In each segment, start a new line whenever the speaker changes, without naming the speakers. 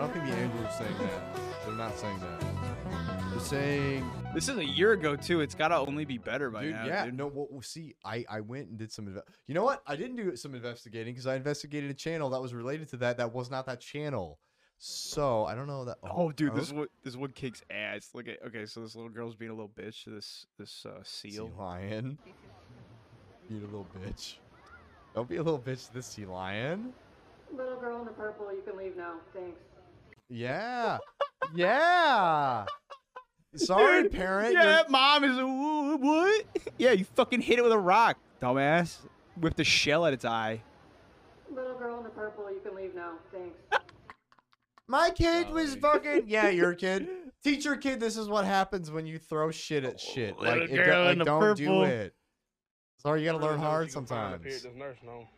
they're saying that. They're not saying that. They're saying,
This is a year ago too. It's gotta only be better by
dude,
now.
yeah,
dude.
no. Well, well, see, I I went and did some. Inve- you know what? I didn't do some investigating because I investigated a channel that was related to that. That was not that channel. So I don't know that.
Oh, dude, this
oh,
is what this is what kicks ass. Look at okay, so this little girl's being a little bitch to this this uh, seal.
sea lion. You little bitch. Don't be a little bitch. to This sea lion.
Little girl in the purple, you can leave now. Thanks.
Yeah. Yeah. Sorry,
Dude,
parent. you're-
Yeah, mom is a woo- what? Yeah, you fucking hit it with a rock, dumbass. Whipped a shell at its eye.
Little girl in the purple, you can leave now. Thanks.
My kid was
Golly.
fucking yeah, your kid. Teach your kid this is what happens when you throw shit at shit. Like,
Oh, Little
it do-
girl
like,
in the
don't do
purple.
it. Sorry, you gotta
Really
learn
know if
hard
you can find up here at
sometimes.
this nursing home.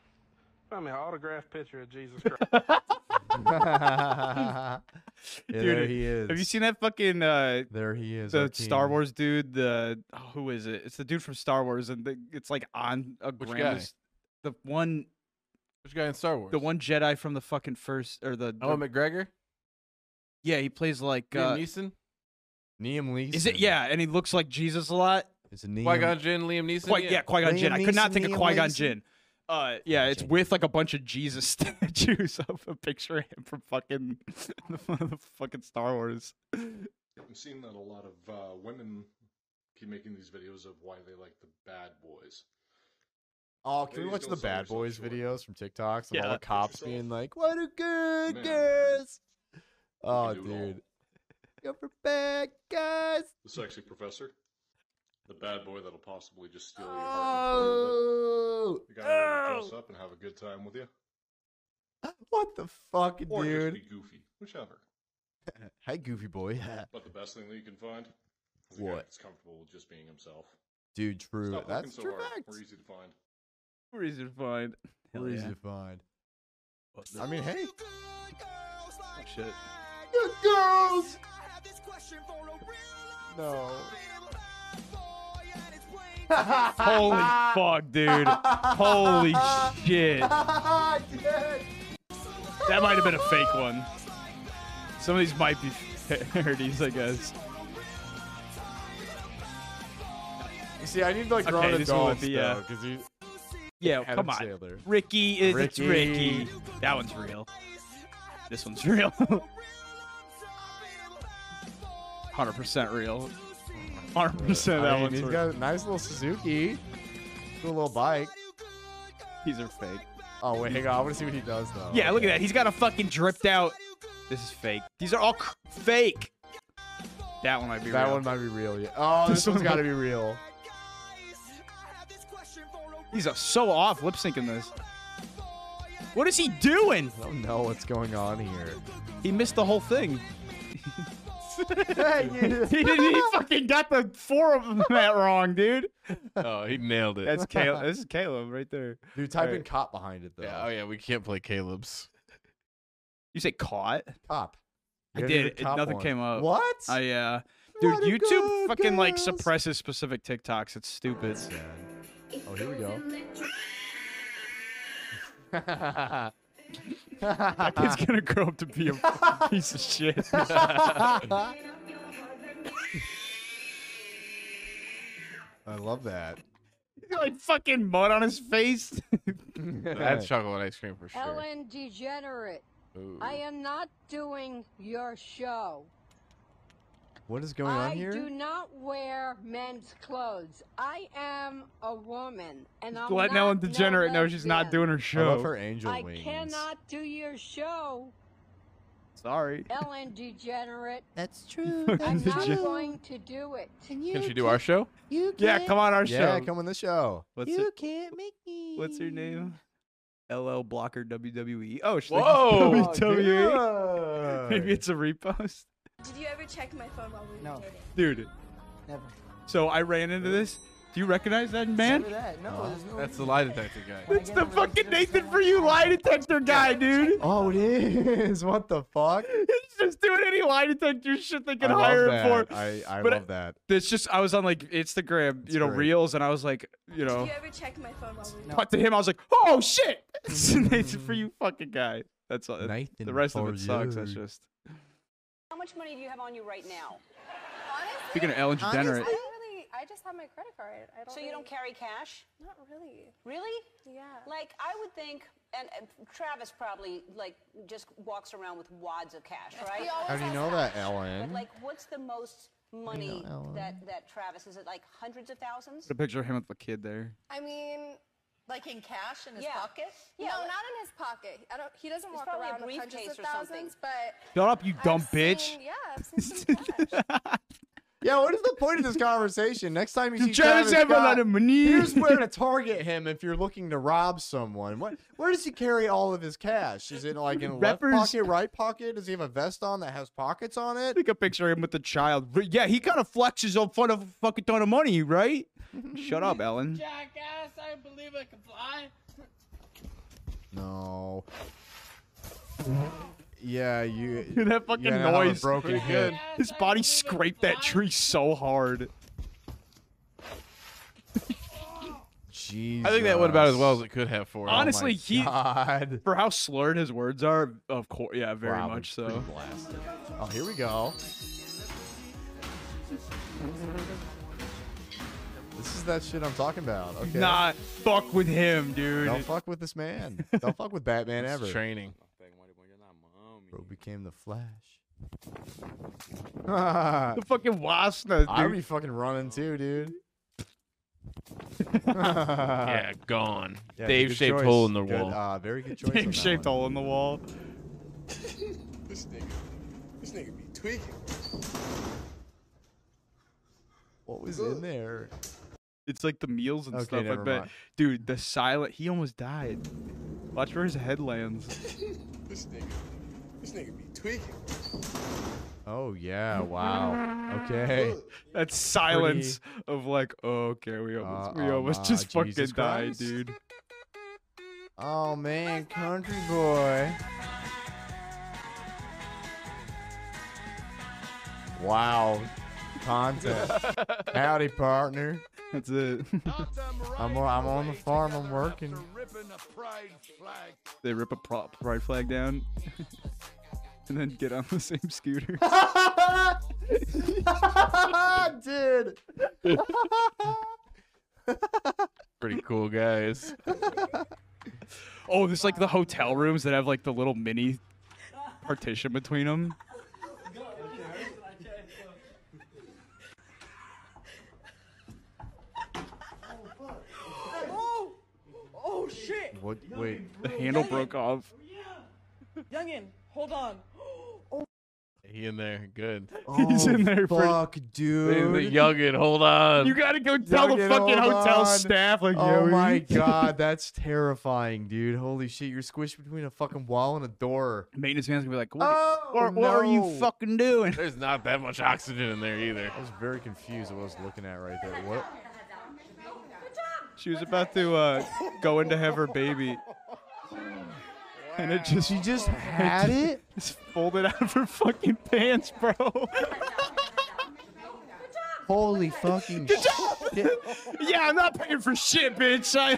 Find me an autographed picture of Jesus Christ.
yeah, there
Dude,
he is.
Have you seen that fucking uh
There he is. our
the Star
king.
Wars dude? The oh, who is it? It's the dude from Star Wars, and the, it's like on a
Which
grandma's. The one,
Which guy in Star Wars?
the
Oh,
one Jedi from the fucking first, or the, the-
Owen McGregor,
yeah, he plays like,
Liam
uh,
Neeson,
Liam Neeson.
is it? Yeah, and he looks like Jesus a lot.
It's Liam.
Qui Gon Jinn, Liam Neeson.
Qui- yeah, Qui Gon Jinn.
Liam
I could not
Neeson,
think of
Liam
Qui Gon
Neeson.
Jinn. Uh, yeah, it's
Jinn.
with like a bunch of Jesus statues of a picture of him from fucking the, one of the fucking Star Wars.
I'm seeing that a lot of uh, women keep making these videos of why they like the bad boys.
Oh, can we
Ladies
watch
don't
the
sell
Bad
yourself
Boys
short.
videos from TikToks of all
Yeah.
the cops
yourself.
being like, "What a good
Man.
girls."
can
Oh,
do it all.
dude. Go for bad guys.
The sexy professor, the bad boy that'll possibly just steal your heart. and play with it.
Oh,
The guy that'll dress up and have a good time with you,
What the fuck,
or
dude?
just be goofy, whichever.
Hey, Goofy Boy.
But the best thing that you can find is the guy
What?
that's comfortable with just being himself.
Dude, true.
Stop looking
That's
so
true
hard.
fact.
We're easy to find.
Where is it find? Hell
We're easy
yeah.
to find. I mean, hey.
Oh, shit.
The girls! No.
Holy fuck, dude. Holy shit. That might have been a fake one. Some of these might be parodies, I guess.
You see, I need like
Okay,
grown
this one would
adults
be,
though,
uh,
because you
Yeah,
Adam
come on.
Sandler.
Ricky is it's
Ricky.
Ricky. That one's real. This one's real. 100% real. 100% that
I mean,
one's
he's
real.
got a nice little Suzuki, cool little bike.
These are fake.
Oh wait, hang on, I want to see what he does though.
Yeah, look at that. He's got a fucking dripped out. This is fake. These are all cr- fake. That one might be
That
real.
one might be real. Yeah. Oh, this
This
one's
one
got to be real.
He's uh, so off lip syncing this. What is he doing?
I don't know what's going on here.
He missed the whole thing.
Hey, you-
He didn't. He fucking got the four of them that wrong, dude.
Oh, he nailed it.
That's Caleb. This is Caleb right there.
Dude, type in
Alright.
cop behind it though.
yeah, oh yeah, we can't play Caleb's.
You say caught?
Cop.
I
You gotta
did.
do the
It-
cop
nothing
one.
came up.
What?
I uh,
What
dude,
a
YouTube
good
fucking like
girls.
suppresses specific TikToks. It's stupid.
Oh, here we go.
That kid's gonna grow up to be a piece of shit.
I love that.
like fucking mud on his face.
That's chocolate ice cream for sure.
Ellen Degenerate,
Ooh.
I am not doing your show.
what is going
I
on here?
do not wear men's clothes. I am a woman, and I'm
Letting
not
Ellen degenerate know
no
she's not
lesbian.
doing her
I love
show.
her angel
I
wings.
cannot do your show,
Sorry.
Ellen Degenerate.
That's true.
I'm
That's
not
true.
going to do it.
And you
Can she do our show?
You
Yeah,
can't-
come on our
Yeah,
show.
come on the show.
What's
You
her,
can't make me.
what's her name? LL Blocker WWE. Oh, she's
Whoa!
like, WWE. Maybe
dude.
it's a repost.
Did you ever check my phone while we were
No.
dating?
Dude,
Never.
so I ran into this. Do you recognize that man?
Never that. No, there's no
That's the
reason.
lie detector guy.
It's the fucking Nathan for you lie detector guy, dude.
Oh, it is. What the fuck?
He's just doing any lie detector shit they can
I love
hire him
that.
for.
I, I
But I-
love that.
It's just I was on like Instagram,
That's
you know,
great.
reels, and I was like, you know,
Oh.
Did you ever check my phone while we were dating?
but to him I was like, oh shit, it's Nathan for you fucking guy. That's all.
Nathan
the rest of
for
it sucks. That's
you.
just
How much money do you have on you right now?
Honestly,
Speaking of Ellen DeGeneres,
I don't really. I just have my credit card. I don't.
So you don't carry cash?
really- Not really.
Really?
Yeah.
Like I would think, and uh, Travis probably like just walks around with wads of cash, right?
He always
How do you
has
know
that.
that,
But
Ellen?
like, what's the most money
Ellen.
that that Travis is it like hundreds of thousands?
the picture of him with the kid there.
I mean,
Like in cash in his
Yeah.
pocket?
Yeah,
no,
like-
not in his pocket. I don't. He doesn't walk
probably a
around with hundreds
briefcase
of
or something.
thousands, but
Shut up, you dumb
I've
bitch.
Seen, yeah, I've seen some cash.
Yeah, what is the point of this conversation? Next time you see
Travis
Travis
have a
Scott,
lot of money.
here's where to target him if you're looking to rob someone. What? Where does he carry all of his cash? Is it like in the left
Rappers.
pocket, right pocket? Does he have a vest on that has pockets on it?
Take a picture of him with the child. Re- Yeah, he kind of flexes on front of a fucking ton of money, right? Shut up, Ellen.
Jackass, I believe I can fly.
No. Yeah, you.
Dude, that fucking
you're gonna have a
noise.
broken
Pretty good.
hip.
His body scraped that tree so hard.
Jesus.
I think that went about as well as it could have for him.
Oh my
Honestly, he-
God.
For how slurred his words are, of course, yeah, very
Probably
much so.
pretty blasted. Oh, here we go. This is that shit I'm talking about. Okay.
Not fuck with him, dude.
Don't fuck with this man. Don't fuck with Batman
It's
ever.
training.
Bro became the Flash. I'd
the fucking Wasna, dude.
be fucking running too, dude.
yeah, gone.
Uh, Yeah,
Dave
good
shaped
choice.
hole in the
Good,
wall.
Uh, very good choice.
Dave
on that
shaped
one.
hole in the wall.
This nigga, this nigga be tweaking.
What was in there?
It's like the meals and
Okay,
stuff. I
never
bet,
mind.
dude. The silent. He almost died. Watch where his head lands.
This nigga, this nigga be tweaking.
Oh yeah! Wow.
Mm-hmm.
Okay.
That silence of like, oh, okay, we almost,
Uh,
we
um,
almost
uh,
just fucking
Jesus
died,
Christ.
dude.
Oh man, country boy. Wow. Content. Howdy, partner.
That's it.
I'm o- I'm on the farm. I'm working.
they rip a prop pride flag down, and then get on the same scooter.
Dude.
Pretty cool guys.
oh, there's like the hotel rooms that have like the little mini partition between them.
uh,
Oh shit!
What? Wait.
The handle broke off.
Youngin, hold on.
He in there. Good.
He's in there for-
Oh, Fuck,
The
dude.
youngin, hold on.
You gotta go tell
Duncan,
the fucking
hold
hotel
on.
staff. Like,
Oh
yo,
my god, that's terrifying, dude. Holy shit, you're squished between a fucking wall and a door.
Maintenance man's gonna be like, what,
Oh,
what- what are you
no.
fucking doing?
There's not that much oxygen in there either.
I was very confused at what I was looking at right there. What?
She was about to uh, go in to have her baby. And it just
She just had it?
just folded out of her fucking pants, bro.
Holy fucking shit.
yeah, I'm not paying for shit, bitch. I,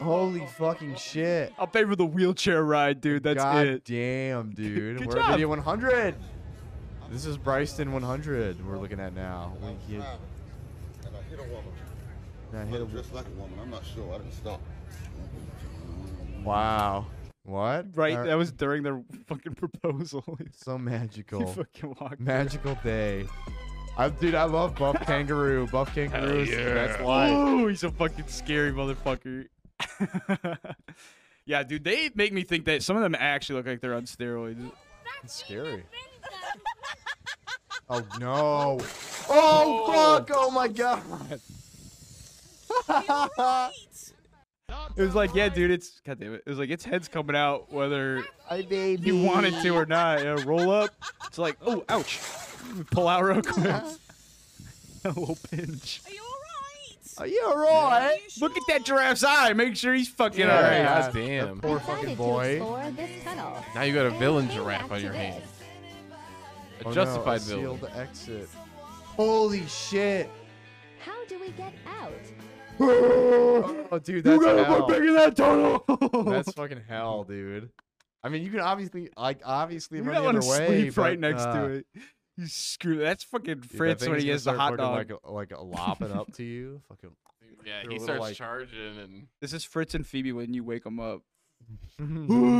Holy fucking shit.
I'll pay for the wheelchair ride, dude. That's
God
it.
damn, dude.
Good
We're
job.
at video 100. This is Bryston 100 we're looking at now. We hit,
And I hit a woman.
I hit a,
like a woman. I'm not sure. I didn't stop.
wow. What?
Right,
Uh,
that was during their fucking proposal.
so
he
magical.
fucking walked.
Magical day. I, dude, I love Buff Kangaroo. Buff Kangaroo is the best
yeah.
life.
Oh, he's a fucking scary motherfucker. yeah, dude, they make me think that some of them actually look like they're on steroids.
It's scary. Oh no. Oh fuck! Oh my god.
It was like, yeah, dude, it's god damn it. It was like its head's coming out whether
I baby.
you wanted to or not. Yeah, roll up. It's like, oh, ouch. Pull out real quick. a little pinch.
Are you alright?
Are you alright?
Look at that giraffe's eye. Make sure he's fucking
Yeah.
alright.
God
Yeah.
damn.
Poor fucking boy.
Now you got a villain giraffe on your hand. A
Oh,
justified
no, a
villain.
Sealed exit. Holy shit.
How do we get out?
Oh, dude, that's
you gotta
hell.
put bigger than that total.
That's fucking hell, dude. I mean, you can obviously, like, obviously,
You
run
don't
the
want to
other way,
sleep right
but,
next
uh,
to it. You screw. That's fucking
dude, that
Fritz
thing
when
is
he
gonna
has the
start
hot
fucking,
dog.
like, like lopping up to you. Fucking
Yeah,
they're a
he
little,
starts
like-
charging and
This is Fritz and Phoebe when you wake them up.
Little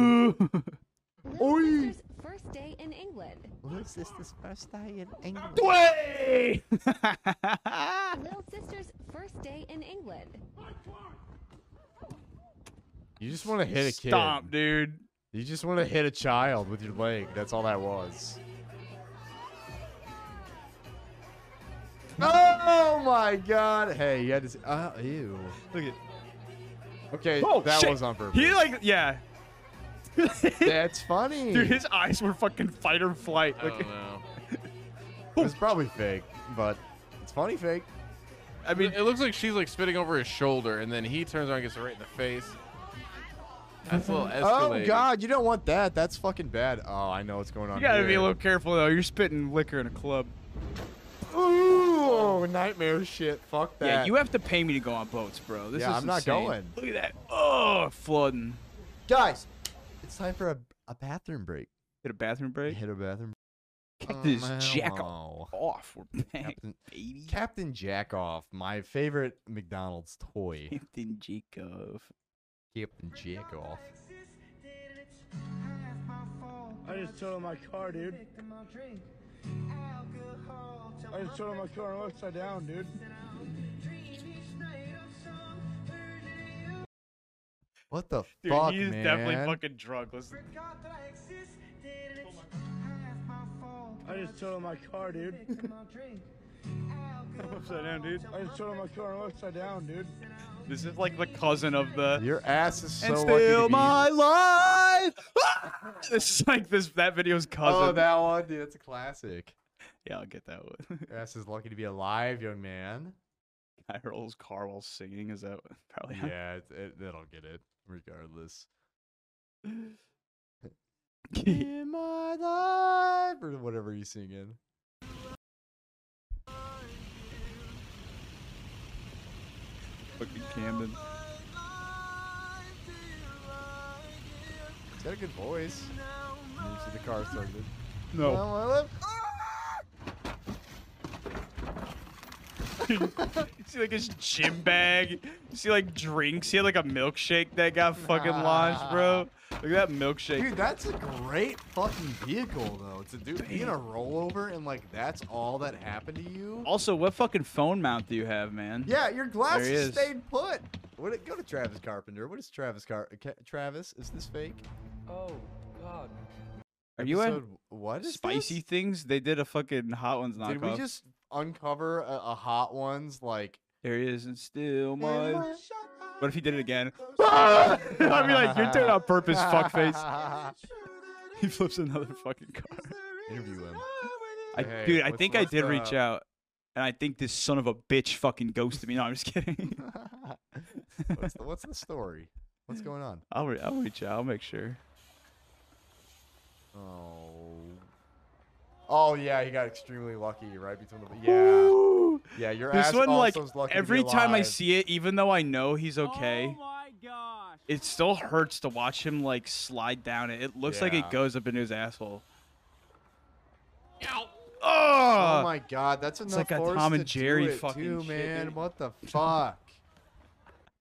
sister's first day in England.
Little sister's first day in England.
Way!
Little sister's first day in England.
You just want to hit a kid.
Stomp, dude.
You just want to hit a child with your leg. That's all that was. Oh my god. Hey, you had to. s- Uh, ew.
Look at.
Okay,
Oh,
that
shit.
was on purpose.
He like yeah.
That's funny.
Dude, his eyes were fucking fight or flight.
I
Like,
don't know.
It's probably fake, but it's funny fake.
I mean,
it looks like she's like spitting over his shoulder, and then he turns around, and gets her right in the face. That's a little escalated.
Oh god, you don't want that. That's fucking bad. Oh, I know what's going on.
you gotta be
here.
a little careful though. You're spitting liquor in a club.
Ooh, nightmare shit. Fuck that.
Yeah, you have to pay me to go on boats, bro. This
Yeah,
is
I'm not
insane.
going.
Look at that. Oh, flooding.
guys. It's time for a, a bathroom break.
Hit a bathroom break.
Hit a bathroom.
Kick this
Oh,
jack
wow.
off. We're back,
Captain,
baby.
Captain Jackoff, my favorite McDonald's toy.
Captain Jacob.
Captain Jackoff.
I just totaled my car, dude. I just totaled my car and I'm upside down, dude.
What the
Dude,
fuck,
he's
man?
definitely fucking drunk. Listen.
Oh
I just totaled my car, dude.
I'm upside down, dude.
I just totaled my car and I'm upside down, dude.
This is like the cousin of the.
Your ass is so
and
lucky to
still
be-
my life. Ah! this is like this that video's cousin.
Oh, that one, dude. That's a classic.
Yeah, I'll get that one.
Your ass is lucky to be alive, young man.
Guy rolls car while singing. Is that probably? how-
Yeah, it, it, it'll get it regardless. In my life, or whatever he's singing.
Fucking Camden.
He's got a good voice. And you see the car started.
No.
Well, I love-
you see like his gym bag. You see like drinks. He had like a milkshake that got fucking launched, bro. Look at that milkshake.
Dude, that's a great fucking vehicle, though. To do being a rollover and like that's all that happened to you.
Also, what fucking phone mount do you have, man?
Yeah, your
There he
glasses
is.
stayed put. What? it- Go to Travis Carpenter. What is Travis Car? Ca- Travis, is this fake?
Oh, God.
Are you at
Episode- what is
spicy
This?
things? They did a fucking hot ones knockoff.
Did we just uncover a, a hot ones like?
There he is, and still my. What if he did it again?
I'd
I'd be like, you're doing it on purpose, fuckface. He flips another fucking car.
Interview him.
I,
Hey,
dude, I
what's-
think I
what's
did
the-
reach out, and I think this son of a bitch fucking ghosted me. No, I'm just kidding.
what's, the, what's the story? What's going on?
I'll, re- I'll reach out. I'll make sure.
Oh. Oh yeah, he got extremely lucky right between the yeah.
Ooh.
Yeah, your
This
ass
one, like,
also is lucky to be
every time I
alive.
see it, even though I know he's okay, it still hurts to watch him, like, slide down it. It looks like
Yeah.
it goes up into his asshole. Oh!
Oh my god, that's enough.
like a
force
Tom and
to do
Jerry
it
fucking
too,
shit,
man.
dude.
What the fuck?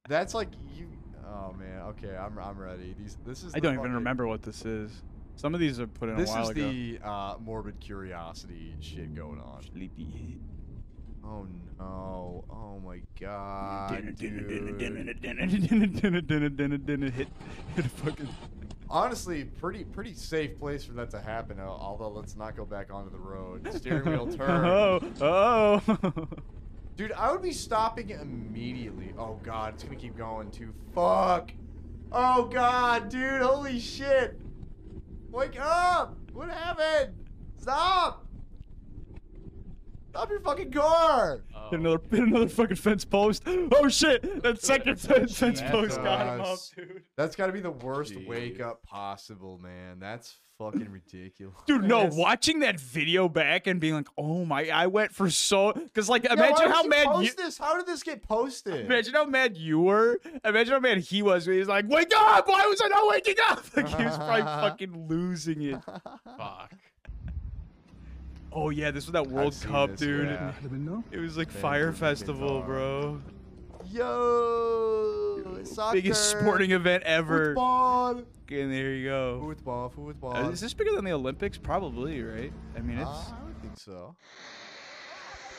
That's like you. Oh man. Okay, I'm I'm ready. These this is.
I
the
don't even
fucking-
remember what this is. Some of these are put in
This
a while
is
ago.
the uh, morbid curiosity shit going on.
Sleepy.
Oh no. Oh my god, dude.
Hit, hit a fucking.
Honestly, pretty pretty safe place for that to happen. uh, Although let's not go back onto the road. Steering wheel turn.
Oh, oh.
Dude, I would be stopping immediately. Oh god, it's gonna keep going too. Fuck. Oh god, dude, holy shit. Wake up! What happened? Stop! Stop your fucking car!
Oh
Hit another, hit another fucking fence post. Oh shit! That second fence, fence
That's
post got him up,
us.
dude.
That's got to be the worst wake up possible, man. That's fucking ridiculous.
Dude, no, watching that video back and being like, oh my, I went for so. Because, like,
Yeah,
imagine
why did
how
you
mad you.
post this? How did this get posted?
Imagine how mad you were. Imagine how mad he was. He's like, "Wake up! Why was I not waking up?" Like he was probably fucking losing it.
Fuck.
Oh yeah, this was that World
seen
Cup,
this,
dude.
yeah.
It was like
Band
Fire
of
Festival,
guitar.
bro.
Yo, soccer,
Biggest sporting event ever.
Football,
And there you go.
football, football.
Uh, is this bigger than the Olympics? Probably, right? I mean, it's.
Uh, I would think so.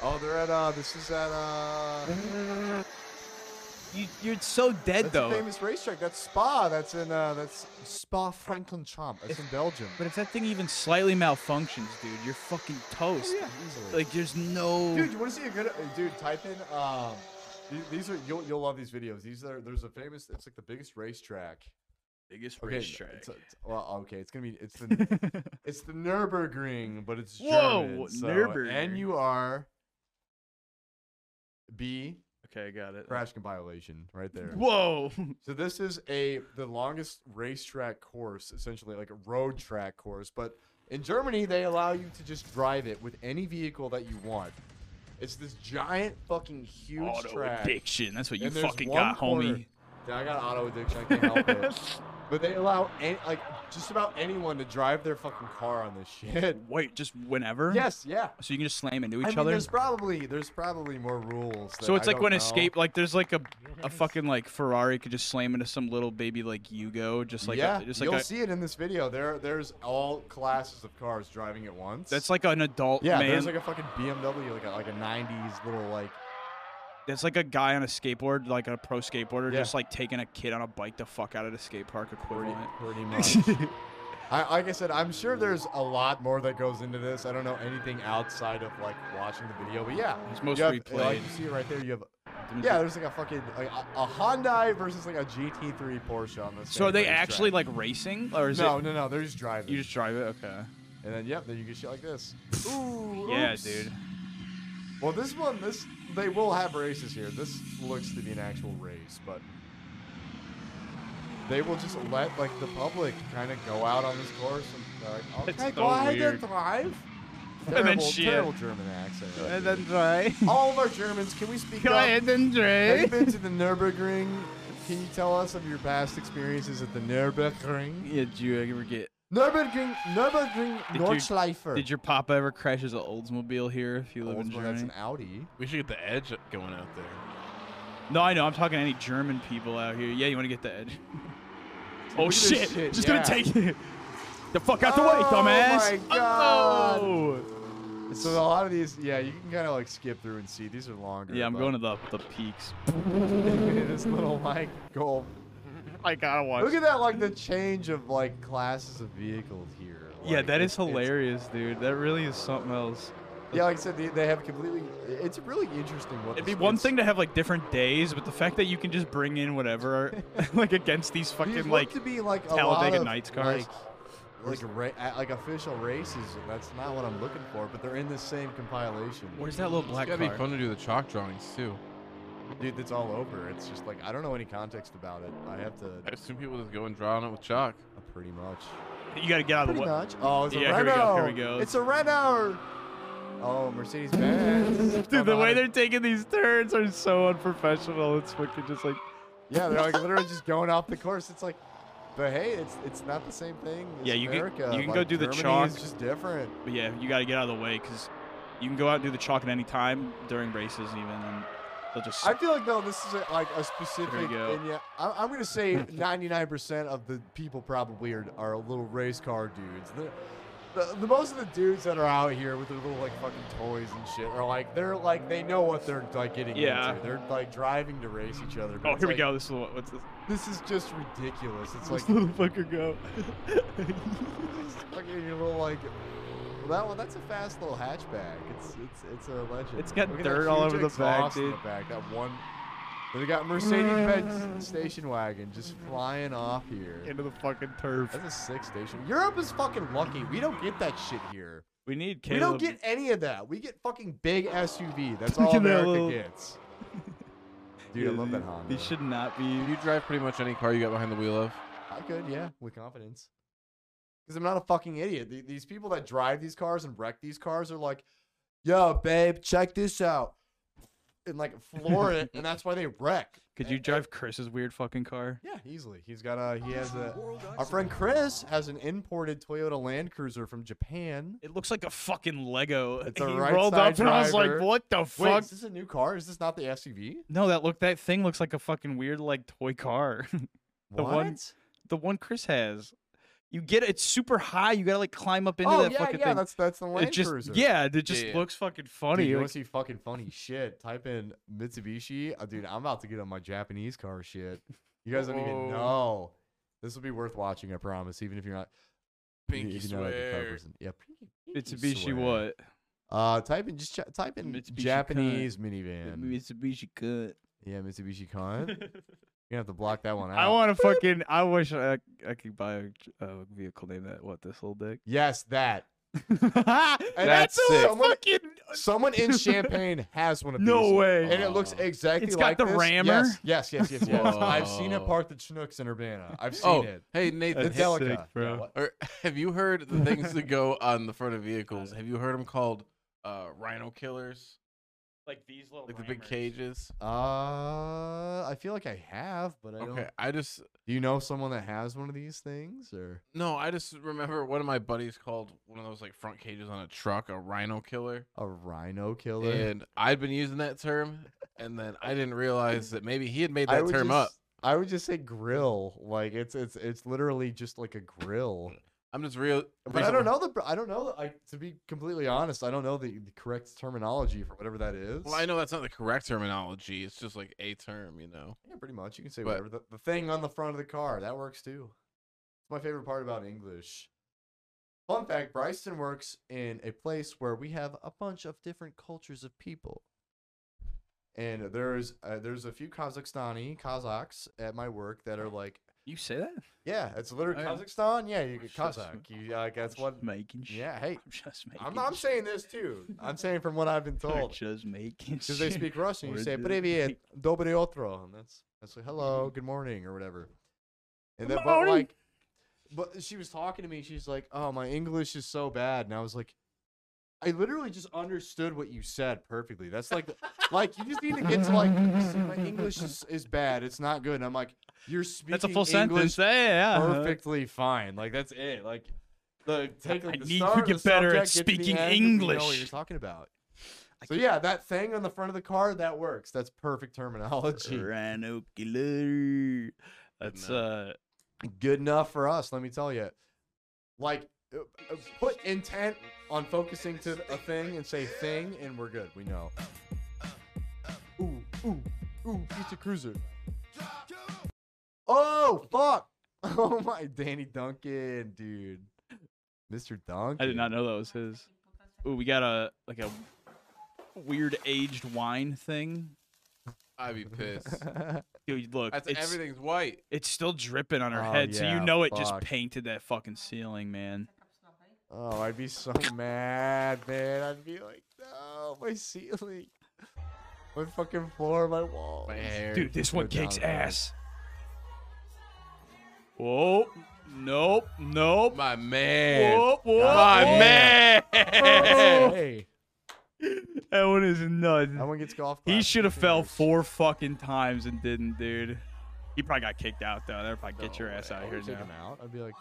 Oh, they're at uh. This is at uh.
You, you're so dead
That's
though.
a famous racetrack. That's Spa. That's in uh. That's Spa Francorchamps. That's in Belgium.
But if that thing even slightly malfunctions, dude, you're fucking toast.
Oh, yeah, easily.
Like there's no.
Dude, you want to see a good uh, dude? Type in um. These, these are you'll you'll love these videos. These are there's a famous. It's like the biggest racetrack.
biggest
Okay,
racetrack.
It's, it's- well, okay, it's gonna be it's the it's the Nurburgring, but it's
Whoa,
German. So
Nürburgring.
N U R B
Okay, I got it.
crash compilation right there.
Whoa.
So this is a the longest racetrack course, essentially like a road track course, but in Germany they allow you to just drive it with any vehicle that you want. It's this giant fucking huge
Auto
track.
addiction. That's what you
And there's
fucking
one
got,
corner-
homie.
Yeah, I got auto addiction. I can't help it. But they allow any, like just about anyone to drive their fucking car on this shit.
Wait, just whenever?
Yes, yeah.
So you can just slam into
I
each
mean,
other.
there's probably there's probably more rules. that
so it's
I
like when
don't know.
escape, like there's like a, a fucking like Ferrari could just slam into some little baby like Yugo, just like
yeah,
a, just like
you'll
a,
see it in this video. There there's all classes of cars driving at once.
that's like an adult
yeah.
man.
There's like a fucking BMW, like a, like a '90s little like
that's like a guy on a skateboard, like a pro skateboarder,
Yeah.
just like taking a kid on a bike the fuck out of the skate park equivalent.
pretty much. I, like I said, I'm sure there's a lot more that goes into this. I don't know anything outside of like watching the video, but yeah,
It's mostly
you have,
replayed.
Like you see it right there. You have yeah, there's like a fucking like, a, a Hyundai versus like a GT3 Porsche on this.
So are
same
they
racetrack.
actually like racing, or is
no,
it?
no, no. They're just driving.
You just drive it, okay?
and then yep, then you get shit like this. Ooh,
Yeah,
oops.
dude.
Well, this one, this they will have races here. This looks to be an actual race, but they will just let like the public kind of go out on this course and they're like,
It's
okay,
so
go ahead
weird.
and drive.
And
Terrible,
then shit.
terrible German accent.
And then drive.
All of our Germans, can we speak
Go
up?
ahead and
Have you
drive.
been to the Nurburgring? Can you tell us of your past experiences at the Nurburgring?
Yeah, did you ever get?
Nurburgring, Nurburgring,
Did you-
Nordschleifer.
Did your papa ever crash his Oldsmobile here? If you live in
Oldsmobile,
Germany,
Oh, that's an Audi.
We should get the edge going out there.
No, I know. I'm talking to any German people out here. Yeah, you want to get the edge.
Look
oh
at this
shit!
shit,
Just
yeah.
gonna take it. The fuck out the way,
Oh,
dumbass!
my God.
Oh.
So a lot of these, yeah, you can kind of like skip through and see. These are longer.
Yeah, I'm
but-
going to the the peaks.
this little like goal.
I gotta watch.
Look at that, like the change of like classes of vehicles here.
yeah,
Like,
that is
it's- it's-
hilarious, dude. That really is something else.
Yeah, like I said, they, they have completely. It's really interesting. What
It'd be
this-
one
it's-
thing to have like different days, but the fact that you can just bring in whatever, like against these
these
fucking
look
like
to be like a lot
Talladega
of,
Nights cars.
Like, like, ra- uh, like official races. That's not what I'm looking for, but they're in the same compilation.
Where's that little black
It's gotta
car?
be fun to do the chalk drawings too.
Dude, it's all over. It's just like I don't know any context about it. I have to
I assume people just go and draw on it with chalk.
uh, pretty much.
You gotta get out of
Pretty
the way.
much. Oh, it's a
Yeah, here we
Renault.
go, here we go.
It's a Renault. Oh, Mercedes Benz.
Dude, the way they're taking these turns are so unprofessional. It's fucking just like,
Yeah, they're like literally just going off the course. It's like, but hey, it's it's not the same thing. As
Yeah, you can-
America.
you can go
Like,
do the
Germany
chalk.
Is just different.
but yeah, you gotta get out of the way because you can go out and do the chalk at any time during races, even. And they'll just.
I feel like though this is a, like a specific.
go.
And yeah, I, I'm gonna say 99% of the people probably are are little race car dudes. The, the, the most of the dudes that are out here with their little like fucking toys and shit are like they're like they know what they're like getting
Yeah.
into. They're like driving to race each other. but
oh,
it's
here we
like,
go. This little what's this?
This is just ridiculous. It's like
This little fucker go.
Look at your little like. Well, that one, that's a fast little hatchback. It's it's it's a legend.
It's got
Look at that
dirt all
huge
over the back,
exhaust in
dude.
The back, that one. But They got Mercedes-Benz station wagon just flying off here.
Into the fucking turf.
That's a sick station. Europe is fucking lucky. We don't get that shit here.
We need
We don't
Caleb.
get any of that. We get fucking big SUV. That's
Look
all
at that
America
little-
gets. Dude, I love that Honda.
These should not be.
You drive pretty much any car you got behind the wheel of.
I could, yeah, with confidence. Because I'm not a fucking idiot. The- These people that drive these cars and wreck these cars are like, yo, babe, check this out. And like floor it, and that's why they wreck.
Could you drive Chris's weird fucking car?
Yeah, easily. He's got a. He has a. Our friend Chris has an imported Toyota Land Cruiser from Japan.
It looks like a fucking Lego.
It's a
he
right
rolled
side
up and I was like,
driver.
"What the
Wait,
fuck?"
is this a new car? Is this not the SUV?
No, that look that thing looks like a fucking weird like toy car. the one
What?
the one Chris has. You get it, it's super high. You gotta like climb up into
oh
that
yeah,
fucking
yeah,
thing.
that's that's the Land
it just,
Cruiser.
Yeah, it just looks fucking funny.
Dude, you
like-
want to see fucking funny shit? Type in Mitsubishi. Uh, dude, I'm about to get on my Japanese car shit. You guys don't even
Whoa.
know. This will be worth watching, I promise. Even if you're not. even
Pinky
if you're not like a car
swear.
person. Yeah, pinky, pinky
Mitsubishi
swear.
what?
Uh, type in just ch- type in
Mitsubishi
Japanese
cunt.
minivan.
Mitsubishi cut.
Yeah, Mitsubishi cunt. You're gonna have to block that one out.
I want to fucking. I wish I, I could buy a, j- a vehicle named that. What this little dick?
Yes, that. And
That's a
someone,
fucking.
someone in Champagne has one of
No
these.
way.
And it looks exactly
It's got
like
the
this.
rammer?
Yes, yes, yes, yes. yes. I've seen it
Whoa.
parked at Chinooks in Urbana. I've seen
Oh,
it.
hey Nathan,
It's Delica.
sick, bro.
Yeah, what?
Or, have you heard the things that go on the front of vehicles? Have you heard them called uh, rhino killers?
Like these little.
Like the big cages?
Uh, I feel like I have, but I
Okay,
don't.
I just
Do you know someone that has one of these things, or
no, I just remember one of my buddies called one of those like front cages on a truck a rhino killer,
a rhino killer?
and I'd been using that term, and then I didn't realize that maybe he had made that
would
term
just-
up.
I would just say grill. Like it's it's it's literally just like a grill.
I'm just real,
But I don't
recently-
know the I don't know. I to be completely honest, I don't know the, the correct terminology for whatever that is.
Well, I know that's not the correct terminology. It's just like a term, you know.
Yeah, pretty much. You can say
But-
whatever. The, the thing on the front of the car that works too. It's my favorite part about English. Fun fact: Bryson works in a place where we have a bunch of different cultures of people, and there's uh, there's a few Kazakhstani Kazakhs at my work that are like,
You say that?
yeah, it's literally
I am-
Kazakhstan. Yeah, you
I'm just-
Kazakh. You like that's what.
Making shit.
Yeah, hey,
I'm just making.
I'm I'm
shit.
saying this too. I'm saying from what I've been
I'm
told.
just making.
Because they
shit.
speak Russian, you
We're
say
just
"Привет,
making-
доброе утро," and that's that's like "Hello, good morning" or whatever. And then, but
Mm-hmm. morning.
like, but she was talking to me. She's like, "Oh, my English is so bad," and I was like, "I literally just understood what you said perfectly." That's like, the- like you just need to get to like, "S- my English is, is bad. It's not good. And I'm like, you're speaking
That's a full
English
sentence. eh? Yeah, uh-huh. yeah.
perfectly fine. Like that's it. Like the take like,
I
the
need
start
to
of the
get better at
subject, get to the
speaking
end, and we Know what
English.
you're talking about. So yeah, that thing on the front of the car that works. That's perfect terminology.
Rhino killer. That's
no.
uh.
Good enough for us. Let me tell you. Like, uh, uh, put intent on focusing to a thing and say thing, and we're good. We know. Ooh, ooh, ooh, pizza cruiser. Oh fuck! Oh my, Danny Duncan, dude, Mr. Duncan.
I did not know that was his. Ooh, we got a like a weird aged wine thing.
I'd be pissed.
Dude, look,
That's
it's
everything's white.
it's still dripping on her
Oh,
head, so you
yeah,
know it just
fuck.
painted that fucking ceiling, man.
Oh, I'd be so mad, man. I'd be like, no, my ceiling, my fucking floor, my wall.
My hair.
Dude, this
go
one kicks
down, guys.
ass. Whoa, nope, nope.
My man.
Whoa, whoa,
My
whoa.
man.
Oh.
Hey,
That one is
that
nuts.
one gets golf.
He
claps.
should have
Who
fell
cares?
four fucking times and didn't, dude. He probably got kicked out though. They're probably get your ass
I
out of here
would take
now.
him out. I'd be like,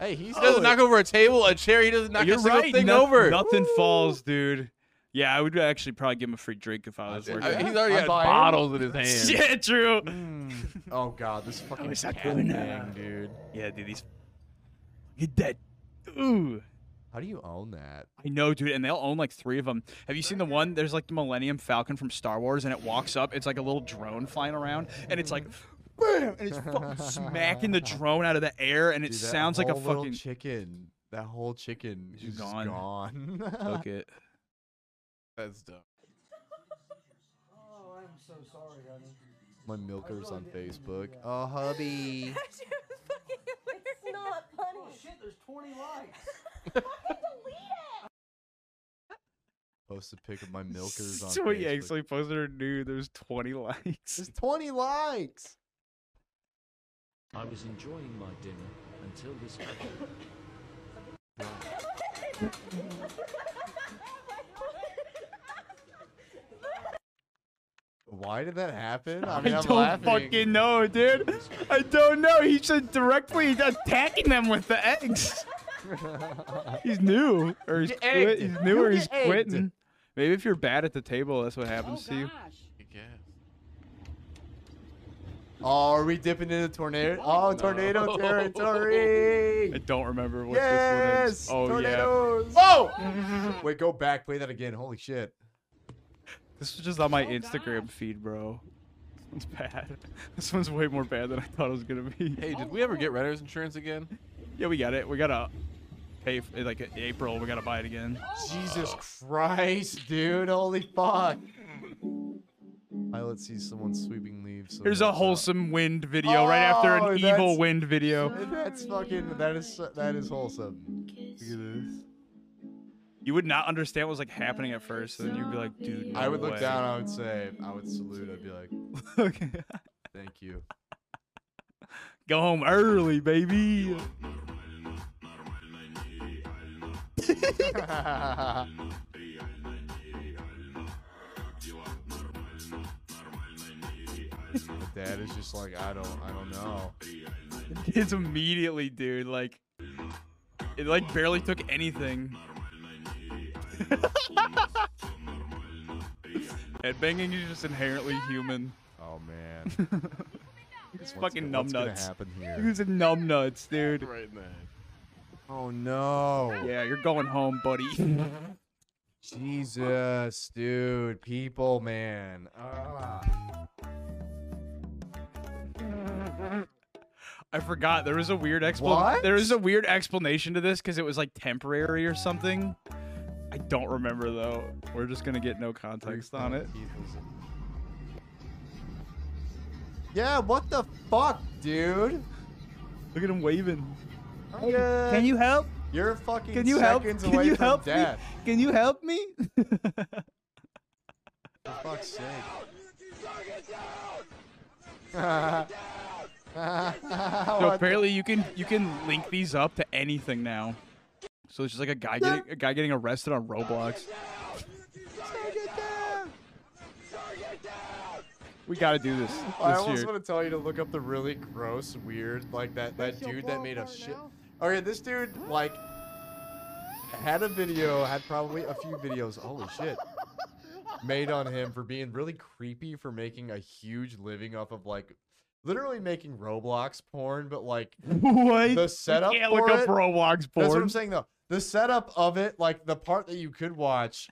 Oh, hey, he's
He doesn't knock over a table, a chair. He doesn't knock
You're
a single
right.
thing
noth-
over.
Nothing falls, dude. Yeah, I would actually probably give him a free drink if I was
I-
working.
he's already
I'm
got
buying.
bottles in his hand.
Yeah, true.
Mm. Oh god, this fucking
is that
cat
going
thing,
on?
dude.
Yeah, dude, these. Get that. Ooh.
How do you own that?
I know, dude, and they'll own like three of them. Have you seen the one? There's like the Millennium Falcon from Star Wars, and it walks up. It's like a little drone flying around, and it's like, bam, and it's fucking smacking the drone out of the air, and it
Dude, that
sounds like a
whole little
fucking.
chicken. That whole chicken
It's
is just
gone.
gone.
Look it.
That's dumb.
Oh, I'm so sorry, honey.
My milkers on Facebook. Oh, hubby.
That shit was fucking hilarious. not funny.
Oh shit, there's 20 likes.
Post a pic of my milkers on
Sweet
Facebook.
actually posted her nude. There's 20 likes.
There's 20 likes.
I was enjoying my dinner until this happened.
Why did that happen? I
I,
mean, I'm
don't
laughing.
fucking know, dude. I don't know. He's just directly attacking them with the eggs. he's new, or he's,
Get
quit.
egged.
he's new, or
You
he's
get egged.
quitting. Maybe if you're bad at the table, that's what happens to you.
Oh, are we dipping into tornado? Oh, tornado territory.
I don't remember what
Yes,
this one is. Oh
tornadoes.
Whoa!
Wait, go back, play that again. Holy shit.
yeah, this was just
Oh,
on my Instagram feed, bro. This one's bad. This one's way more bad than I thought it was gonna be.
Hey, did we ever get renter's insurance again?
Yeah, we got it. We gotta pay f- like in April. We gotta buy it again.
Jesus Christ, dude. Holy fuck. Pilot sees someone sweeping leaves. so uh,
Here's
he
a
helps out.
wholesome wind video right after
Oh,
an
that's-
evil wind video.
That's fucking. That is that is wholesome. Look at this.
You would not understand what was like happening at first, and then you'd be like, dude.
I
no
would look
way.
down. I would say. I would salute. I'd be like,
okay.
Thank you.
Go home early, baby.
Dad is just like I don't. I don't know.
It's immediately, dude. Like, it like barely took anything. Headbanging is just inherently human.
Oh man. What's
It's fucking
go-
numbnuts.
what's gonna happen here?
Who's a numb nuts, dude?
Right then.
Oh no.
Yeah, you're going home, buddy.
Jesus, dude. People, man. Ah.
I forgot there was a weird explanation.
What?
There was a weird explanation to this because it was like temporary or something. I don't remember though. We're just gonna get no context on it.
Yeah. What the fuck, dude?
Look at him waving.
Can
you help?
You're fucking
Can you help?
seconds
Can
away
you
from
help me?
death.
Can you help me?
For fuck's sake.
So apparently you can you can link these up to anything now. So it's just like a guy getting a guy getting arrested on Roblox. We gotta do this
I
this
almost
year.
want to tell you to look up the really gross, weird, like that that dude that made a shit. Okay, this dude like had a video, had probably a few videos. Holy shit. Made on him for being really creepy for making a huge living off of like literally making Roblox porn, but like
What?
the setup
You can't
for
look up
it-
Roblox
That's what
porn.
I'm saying though. The setup of it, like the part that you could watch,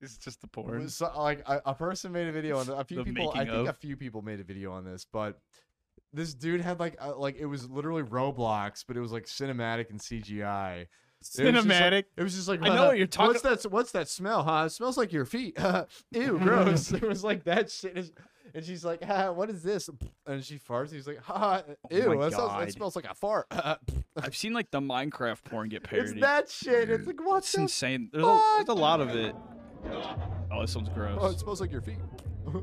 It's just the porn.
was so- like a, a person made a video on a few
The
people. I
making
think a
of.
few people made a video on this, but this dude had like a, like it was literally Roblox, but it was like cinematic and CGI. It was just like-
Cinematic?
it was just like
I know what you're talking-
What's that? s- What's that smell? Huh? It smells like your feet. Ew, gross. it was like that shit. Is, and she's like, ah, "What is this?" And she farts. He's like, "Ha!
Oh my
ew, that, sounds,
God.
that smells like a fart."
I've seen like the Minecraft porn get
it's
parodied.
that shit. It's like what's
It's insane. There's a, there's a lot of it. Oh, this one's gross.
Oh, it smells like your feet.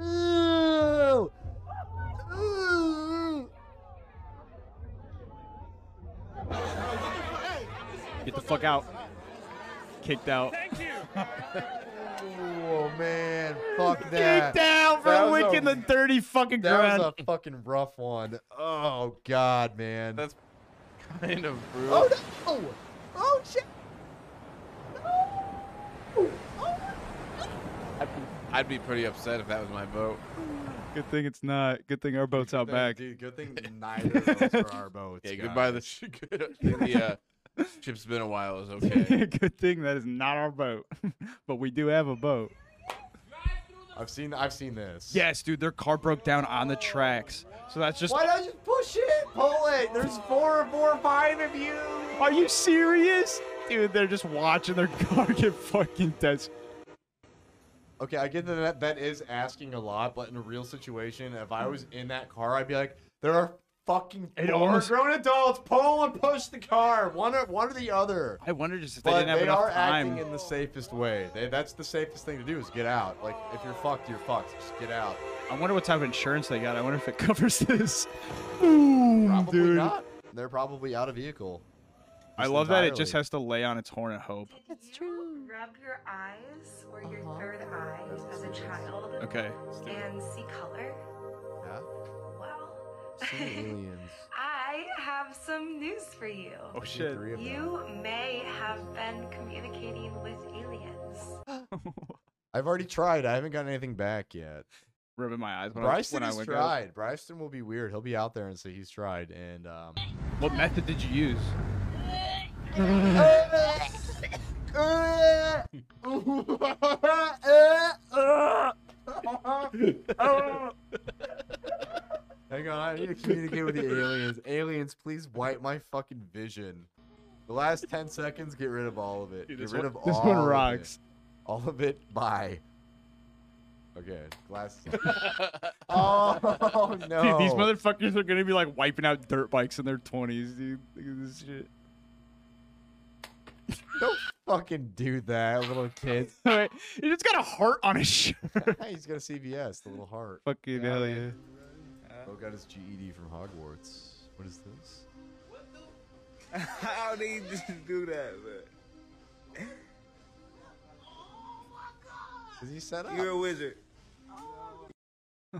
Ew. Ew.
Get the fuck out. Kicked out.
Oh man, fuck that.
Kicked
That
out for
was a-
licking the dirty fucking
That
ground.
was a fucking rough one. Oh god, man. That's
Kind of brutal.
Oh no! Oh shit!
I'd be pretty upset if that was my vote.
Good thing it's not. Good thing our boat's out back.
Dude, good thing neither of those were our boats.
yeah,
guys.
goodbye. The, sh- good- the uh, ship's been a while. Is okay.
Good thing that is not our boat, but we do have a boat.
I've seen I've seen this.
Yes, dude, their car broke down on the tracks. So that's just.
Why don't you push it? Pull it! There's four four five of you!
Are you serious? Dude, they're just watching their car get fucking test.
Okay, I get that, that that is asking a lot, but in a real situation, if I was in that car, I'd be like, there are fucking
It
four
almost-
grown adults pull and push the car, one or one or the other.
I wonder just if they
But
didn't have
they
enough
are
time.
acting in the safest way. They, that's the safest thing to do is get out. Like if you're fucked, you're fucked. Just get out.
I wonder what type of insurance they got. I wonder if it covers this. Boom,
Probably
dude.
not. They're probably out of vehicle.
I
Just
love that it just
entirely.
has to lay on its horn and hope.
It's true. Rub your eyes or your
Uh-huh.
third eye as a child.
Okay.
And see color.
Yeah.
Wow.
aliens.
I have some news for you.
Oh, shit. Three of them.
You may have been communicating with aliens.
I've already tried. I haven't gotten anything back yet.
Rubbing my eyes when I-
Bryson
when I
has
wake up.
tried. Bryson will be weird. He'll be out there and say he's tried. And um,
What method did you use?
Hang on, I need to communicate with the aliens. Aliens, please wipe my fucking vision. The last ten seconds, get rid of all of it.
Dude,
get
this
rid
one-
of
this
all
one
of it.
rocks.
All of it. Bye. Okay, glasses. oh no.
Dude, these motherfuckers are gonna be like wiping out dirt bikes in their twenties, dude. Look at this shit.
Don't fucking do that, little kid.
All right, he just got a heart on his shirt.
He's got a CVS, the little heart.
Fucking hell yeah.
Oh, got his GED from Hogwarts. What is this?
How do you just do that, man?
Is he set up?
You're a wizard.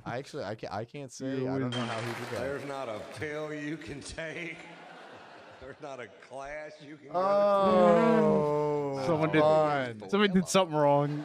I actually, I can't, I can't say.
You're a
I don't know
wizard.
how he did that.
There's not a pill you can take. There's not a class you can go to.
someone did. Someone did something wrong.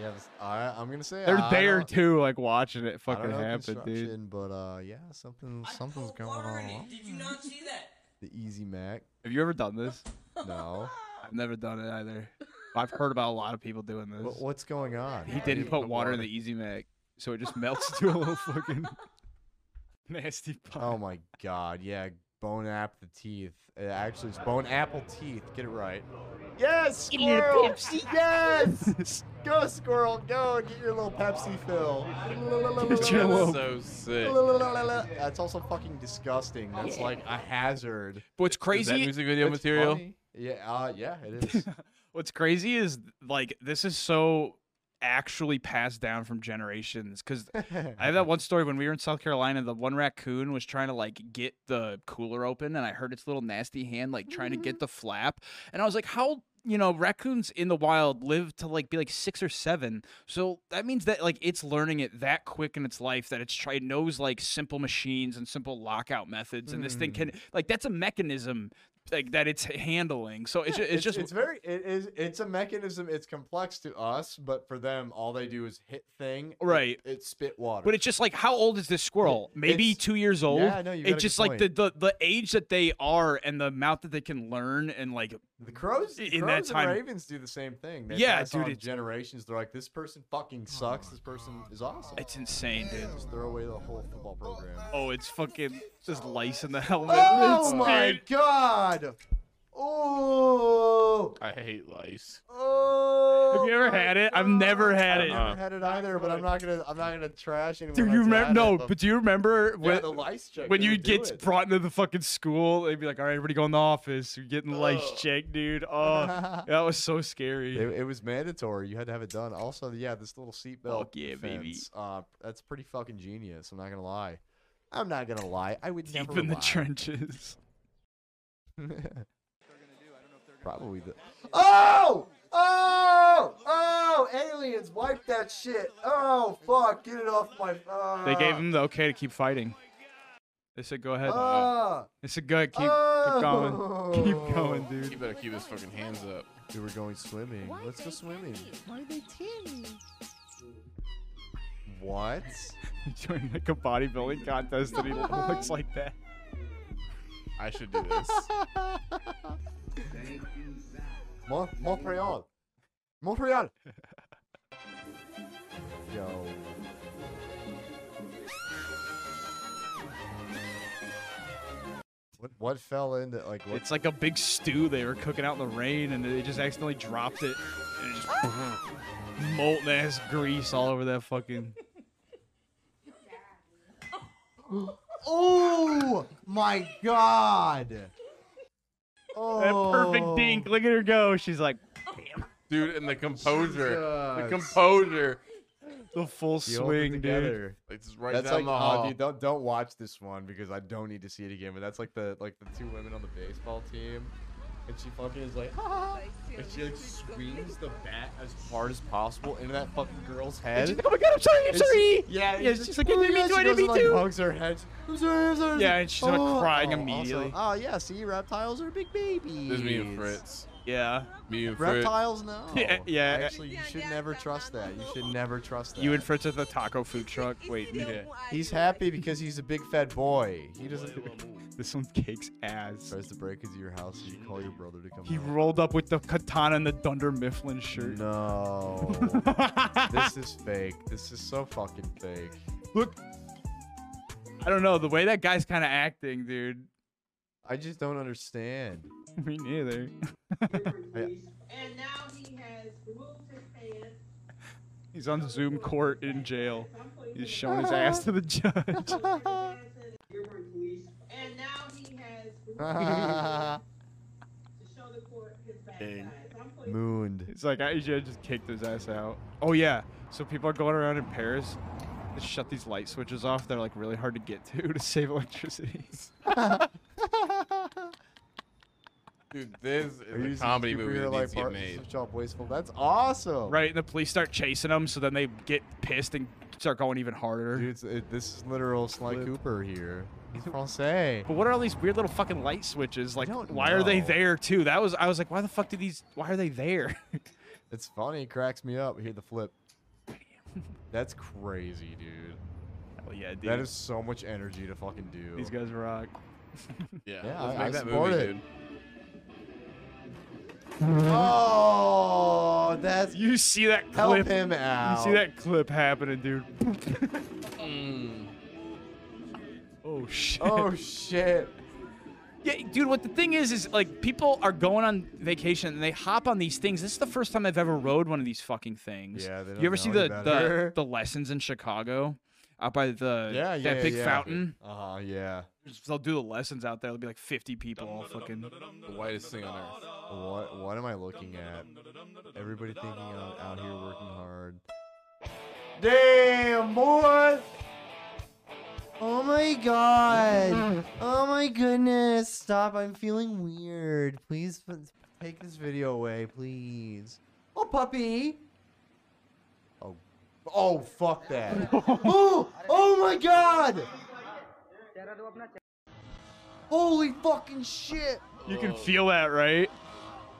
Yeah, this- I, I'm gonna say
They're
I
there
don't-
too, like watching it
I don't
fucking
know
happen, dude.
construction, But uh, yeah, something, something's going on.
Oh, Did you not see that?
The Easy Mac.
Have you ever done this?
No.
I've never done it either. I've heard about a lot of people doing this.
What, what's going on?
He didn't put water in the Easy Mac, so it just melts to a little fucking nasty pot.
Oh my god, yeah, bone app the teeth. Uh, actually, it's bone apple teeth. Get it right. Yes,
Get a little
squirrel. Yes, go squirrel, go get your little Pepsi fill.
Get your little- So sick.
That's also fucking disgusting. That's like a hazard.
What's
Is that
crazy?
music video
It's
material?
funny. Yeah, uh, yeah, it is.
What's crazy is like this is so actually passed down from generations because I have that one story when we were in South Carolina, the one raccoon was trying to like get the cooler open, and I heard its little nasty hand like trying to get the flap, and I was like, how. You know, raccoons in the wild live to like be like six or seven, so that means that like it's learning it that quick in its life that it's try it knows like simple machines and simple lockout methods, and this thing can like that's a mechanism like that it's handling. So it's
Yeah,
just, it's just
it's very it is it's a mechanism. It's complex to us, but for them, all they do is hit thing. it-
Right.
It, spit water.
But it's just like, how old is this squirrel? Maybe
It's-
two years old.
Yeah, I know, you got a
It's
good
just like the,
point.
the the age that they are and the amount that they can learn and like
the crows
in
crows
that time.
And ravens do the same thing. They
Yeah,
pass
dude,
on
it's-
generations. They're like, this person fucking sucks. This person is awesome.
It's insane, dude.
Just throw away the whole football program.
Oh, it's fucking just lice in the helmet.
Oh
It's-
my
dude.
god! Oh,
I hate lice.
oh!
Have you ever had it? I've never had
I've
it.
never had it either, but I'm not gonna. I'm not gonna trash anyone.
Do you
that's
remember?
had
No,
it,
but do you remember when
the lice check,
when
they
you
would do
get
it.
brought into the fucking school? They'd be like, "All right, everybody go in the office. You're getting lice checked, dude." Oh, that was so scary.
It, it was mandatory. You had to have it done. Also, yeah, this little seatbelt.
Fuck yeah, baby.
fence, Uh, that's pretty fucking genius. I'm not gonna lie. I'm not gonna lie. I would
Deep
never
in the
lie.
trenches.
Probably the. Oh! Oh! Oh! Aliens, wipe that shit. Oh, fuck. Get it off my. Uh,
They gave him the okay to keep fighting. They said, "Go ahead."
Ah.
they said, "Go ahead, keep,
uh.
keep
oh.
going, keep going, dude."
You better keep his fucking hands up.
We were going swimming. Let's go swimming.
Why they teeny?
What?
Join like a bodybuilding contest and he looks like that.
I should do this.
Mon- Montreal. Montreal. Yo. What, what fell into like what
It's like a big stew they were cooking out in the rain, and they just accidentally dropped it, and it just molten ass grease all over that fucking.
Oh my god.
That
Oh.
perfect dink. Look at her go. She's like,
dude, and the composure, the
Jesus.
composure,
the full
He holds it together.
It's right
That's like,
down the
oh,
hall.
dude, don't don't watch this one because I don't need to see it again. But that's like the like the two women on the baseball team, and she fucking is like, and she like swings the bat as hard as possible into that fucking girl's head.
oh my god, I'm sorry, I'm
And she-
sorry.
Yeah,
yeah.
it's
She's
just-
like, I
oh,
didn't
yeah,
mean to,
she
I didn't
goes
mean
and, like, "Oh."
to.
hugs her head. I'm sorry, I'm sorry. I'm
Yeah,
sorry."
and she started crying immediately.
Also, oh yeah, see, reptiles are big babies.
This is me and Fritz.
Yeah.
Me and Fritz.
Reptiles, no.
Yeah, yeah.
Actually, you should never trust that. You should never trust that.
You and Fritz at the taco food truck. Wait, yeah.
He's happy because he's a big fat boy. He doesn't.
This one kicks ass.
Tries to break into your house and you call your brother to come.
He
out.
rolled up with the katana and the Dunder Mifflin shirt.
No. this is fake. This is so fucking fake.
Look. I don't know. The way that guy's kind of acting, dude.
I just don't understand.
Me neither.
I-
And now he has removed his pants.
He's on Zoom court in jail. He's showing his ass to the judge.
Dearborn Police. And now he has removed his pants to show the court his backside.
Mooned.
It's like I should have just kicked his ass out. Oh yeah. So people are going around in Paris. They shut these light switches off. They're like really hard to get to to save electricity.
Dude, this is
Are you
a
some
comedy movie
superhero
that
like
needs to get
part-
made.
switch off wasteful? That's awesome.
right, and the police start chasing them. So then they get pissed and start going even harder.
Dude, it's, it, this is literal Sly Cooper here. He's Francais.
But what are all these weird little fucking light switches? Like, why are they
know.
there too? That was I was like, why the fuck do these? Why are they there?
It's funny. It cracks me up. Hear the flip. That's crazy, dude.
Hell yeah, dude.
That is so much energy to fucking do.
These guys rock.
Yeah,
Yeah,
let's
I-
make
I
that
support
movie,
it.
dude.
Oh, that's
you see that
help
clip.
him out. Mm.
You see that clip happening, dude. Oh shit.
Oh shit.
Yeah, dude, what the thing is is like people are going on vacation and they hop on these things. This is the first time I've ever rode one of these fucking things.
Yeah, they don't
You ever
know
see the,
any
the
better.
the lessons in Chicago? Out by the
Yeah, yeah,
that big
yeah.
fountain.
Oh yeah.
They'll do the lessons out there. There'll be like fifty people all fucking
The whitest thing on earth.
What what am I looking at? Everybody thinking out, out here working hard. Damn boy. Oh my god. Oh my goodness. Stop. I'm feeling weird. Please f- take this video away, please. Oh puppy. Oh. Oh fuck that. oh, oh my god. Holy fucking shit.
You can feel that, right?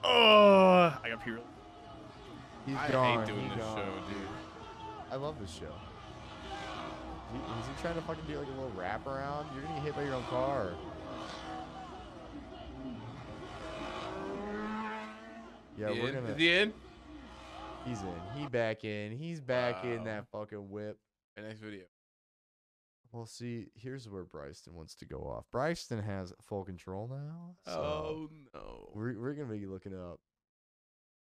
Oh I gotta pee real
He's
I
gone.
hate doing
He's
this
gone.
show, dude.
I love this show. He- Is he trying to fucking do like a little wrap around? You're gonna get hit by your own car. Yeah,
Is he
we're
in?
gonna.
Is he in?
He's in. He back in. He's back in
Wow.
that fucking whip.
The next video.
Well, see, here's where Bryson wants to go off. Bryson has full control now. So
Oh no.
we're we're gonna be looking up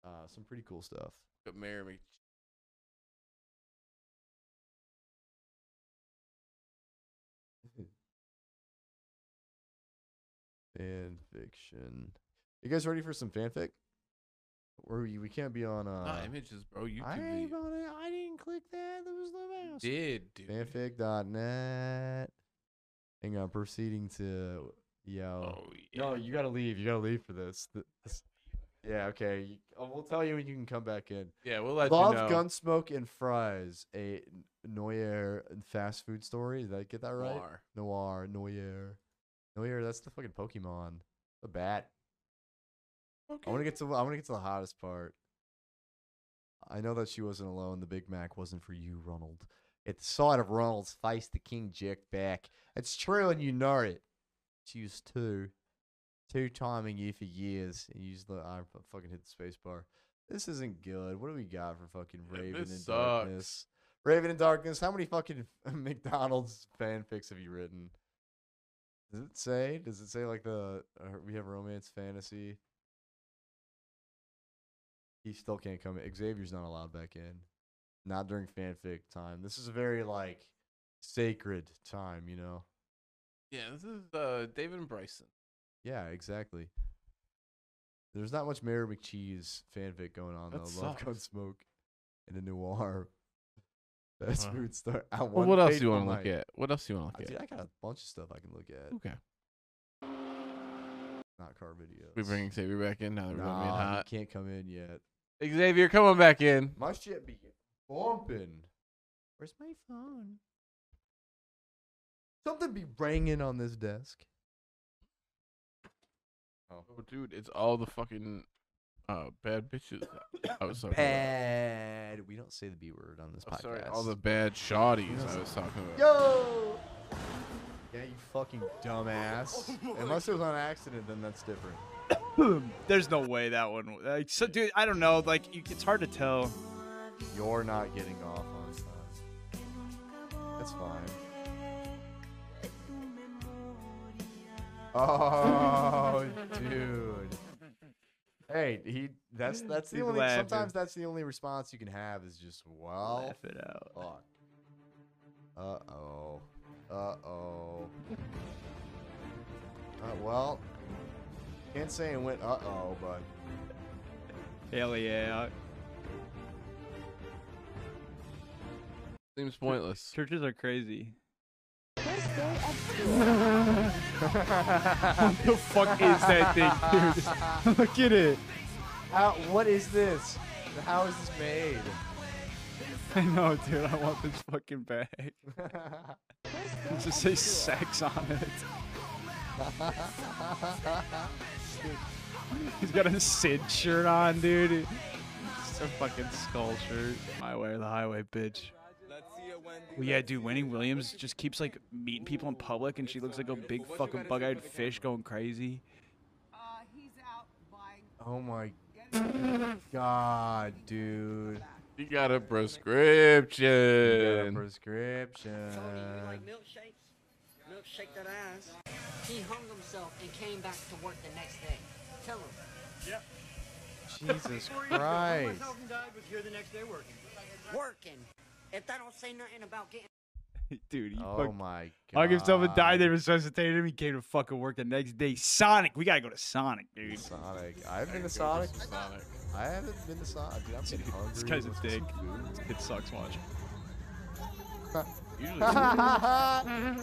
uh, some pretty cool stuff.
But marry me.
Mm-hmm. Fan fiction. You guys ready for some fanfic? Or we, we can't be on uh
Not images, bro. YouTube
I ain't
video.
about it. I didn't click that. There was no mouse.
Did dude.
Fanfic.net. Hang on, proceeding to yo.
Oh, yeah.
No, you gotta leave. You gotta leave for this. Th- this- Yeah, okay. you- uh, We'll tell you when you can come back in.
Yeah, we'll let
Love
you know.
Gunsmoke and Fries, a n- Noyer fast food story. Did I get that right?
Noir.
Noir, Noyer. Noyer, that's the fucking Pokemon. The bat. I want to get to I want to get to the hottest part. I know that she wasn't alone. The Big Mac wasn't for you, Ronald. At the sight of Ronald's face, the king jerked back. It's true, and you know it. She was two, two timing you for years, and you just let I fu- fucking hit the spacebar. This isn't good. What do we got for fucking
Yeah,
Raven
this
and
sucks.
Darkness? Raven and Darkness. How many fucking McDonald's fanfics have you written? Does it say? Does it say like the uh, we have romance fantasy? He still can't come. in. Xavier's not allowed back in. Not during fanfic time. This is a very like sacred time, you know.
Yeah, this is uh, David and Bryson.
Yeah, exactly. There's not much Mayor McCheese fanfic going on
That
though. Love
sucks.
Gun Smoke and a noir. That's
Wow.
where it start. I
Uh-huh. Well,
want
what else
Fade
do you
No
want to look
Light.
at? What else do you want to
Uh,
look
Dude,
at?
I got a bunch of stuff I can look at.
Okay.
Not car videos.
We bringing Xavier back in now that we're going
Nah, he
hot.
can't come in yet.
Xavier, come on back in.
My shit be bumping. Where's my phone? Something be banging on this desk.
Oh, dude, it's all the fucking uh, bad bitches. I was talking
Bad. We don't say the B word on this
about.
Oh,
podcast.
Sorry, all the bad shawties I was talking about.
Yo. Yeah, you fucking
Oh
dumbass. Unless it was on accident, then that's different.
There's no way that one. Like, so, dude, I don't know. Like, you, it's hard to tell.
You're not getting off on time. That's fine. Oh, dude. Hey, he. That's that's the
He's
only.
laughing.
Sometimes that's the only response you can have is just well.
Laugh it out.
Fuck. Uh oh. Uh oh. Uh well. Can't say it went uh oh, but
Hell yeah.
Seems pointless.
Churches are crazy.
First day of
what the fuck is that thing, dude? Look at it.
How, what is this? How is this made?
I know, dude. I want this fucking bag. It just says sex on it. He's got a Sid shirt on, dude. It's a fucking skull shirt. My way or the highway, bitch. Well, yeah, dude. Wendy Williams just keeps like meeting people in public, and she looks like a big fucking bug-eyed fish going crazy.
Oh my god, dude.
You got a prescription.
Got a prescription.
Milkshakes. Milkshake that ass. He hung himself and came back to work the next day. Tell him. Yep.
Jesus Christ.
died was here the next day working. Working. If that don't say nothing about getting.
Dude, he
Oh
fucked-
my god.
Hung himself and died. They resuscitated him. He came to fucking work the next day. Sonic, we gotta go to Sonic, dude.
Sonic. I've been to Sonic. I haven't been to Sonic. Dude, I'm getting hungry.
This guy's a
Let's get
dick.
some food.
It sucks watching.
I'm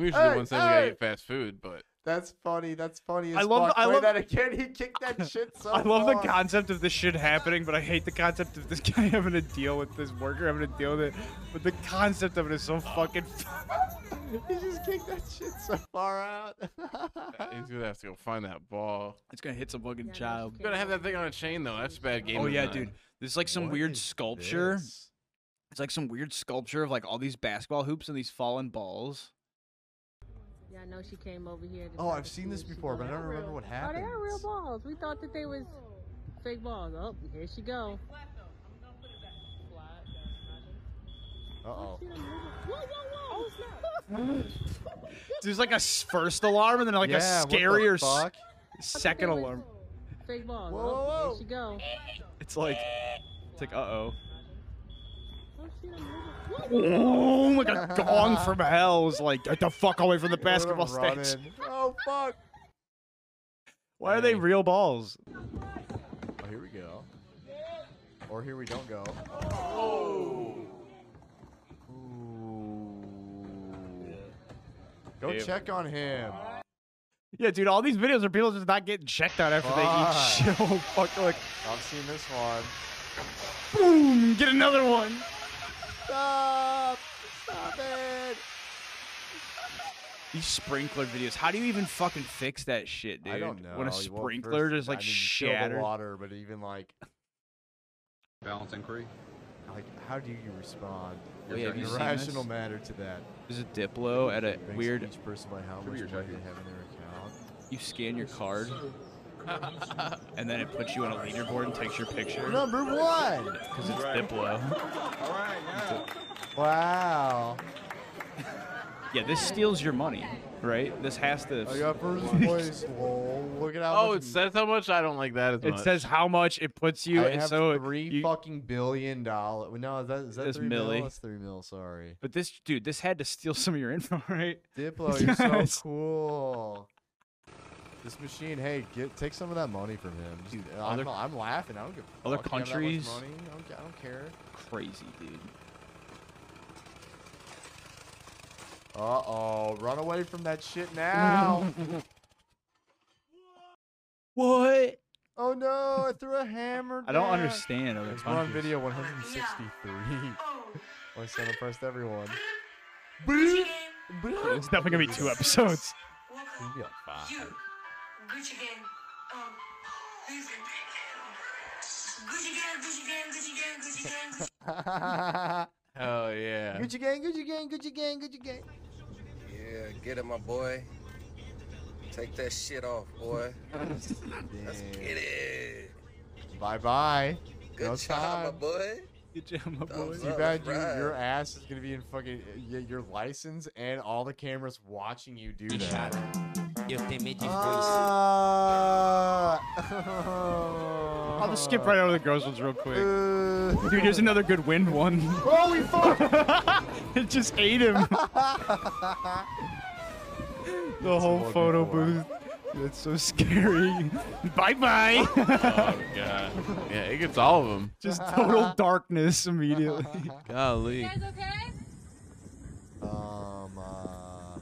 usually the
Hey,
one saying we gotta
hey.
eat fast food, but
That's funny. That's funny. As
I love-
Fuck.
I
Play
love-
that again. He kicked that shit so
I love the
hard.
concept of this shit happening, but I hate the concept of this guy having to deal with this worker having to deal with it. But the concept of it is so fucking.
he just kicked that shit so far out.
he's gonna have to go find that ball.
It's gonna hit some fucking child.
You're gonna have that thing on a chain though. That's bad game.
Oh yeah,
design.
dude. There's like some
What
weird
is
sculpture.
this?
It's like some weird sculpture of like all these basketball hoops and these fallen balls.
Yeah, I know she came over here. To
Oh,
try
I've
to
seen
see
this
if she
before,
go-
but I don't remember what
Oh, they
happened.
are real balls. We thought that they was fake balls. Oh, here she go.
Uh oh.
There's like a s- first alarm and then like
Yeah,
a
what the
scarier s-
fuck?
second alarm.
Fake balls.
Whoa,
oh,
whoa,
here she go.
It's like, it's like, uh oh.
Oh,
Oh, like a gong from hell is like, get the fuck away from the basketball stage.
Oh fuck.
Why are they real balls?
Oh, here we go. Or here we don't go. Ooh. Go
Damn.
check on him.
Yeah, dude, all these videos are people just not getting checked out after they eat shit. Oh, fuck, like,
I've seen this one.
boom, get another one.
Stop! Stop it!
These sprinkler videos, how do you even fucking fix that shit, dude?
I don't know.
When a
Well, first,
sprinkler just like
I mean, you kill the
shatters.
water, but even like,
Balance inquiry.
like, how do you respond?
Oh, yeah, have you
in a
seen
rational
this?
manner to that.
There's a Diplo at a
Brings
weird.
Each person by how
Give
much
me
money
your
they have in their account.
You scan your card, and then it puts you on a leaderboard and takes your picture.
Number one.
Because it's Diplo.
Wow.
Yeah, this steals your money. right? This has to.
I got first place. Lol. Look at how.
Oh,
much
it says how much? I don't like that as
it
much.
says how much it puts you,
I
and
have
so
three
you-
fucking billion dollars. No, is that is that
That's
three mil?
milli.
That's three mil. Sorry.
But this dude, this had to steal some of your info, right?
Diplo, you're so cool. This machine, hey, get take some of that money from him. Just- I'm,
other-
I'm laughing. I don't give a
other
fuck. You have that much
countries-
money? I don't, I don't care.
Crazy, dude.
Uh oh, run away from that shit now.
what?
Oh no, I threw a hammer.
I don't
down.
understand other
There's one on
countries.
video 163. I sent impressed everyone.
It's definitely gonna be two episodes.
Maybe a five.
Gucci gang. Um, music. Gucci gang, Gucci gang, Gucci gang, Gucci gang, Gucci
Hell yeah.
Gucci gang, Gucci gang, Gucci gang, Gucci gang.
Yeah, get it, my boy. Take that shit off, boy. Let's get it.
Bye bye.
Good
no
job, my
time.
boy.
Good job, my
boy.
Too bad you, your ass is gonna be in fucking y- your license and all the cameras watching you do that. Ah. Uh,
I'll just skip right over the girls ones real quick. Dude, here's another good wind one.
Oh, we
it just ate him. the whole photo booth. It's so scary. bye bye.
oh god. Yeah, it gets all of them.
just total darkness immediately.
Golly.
gang. okay?
Um, uh,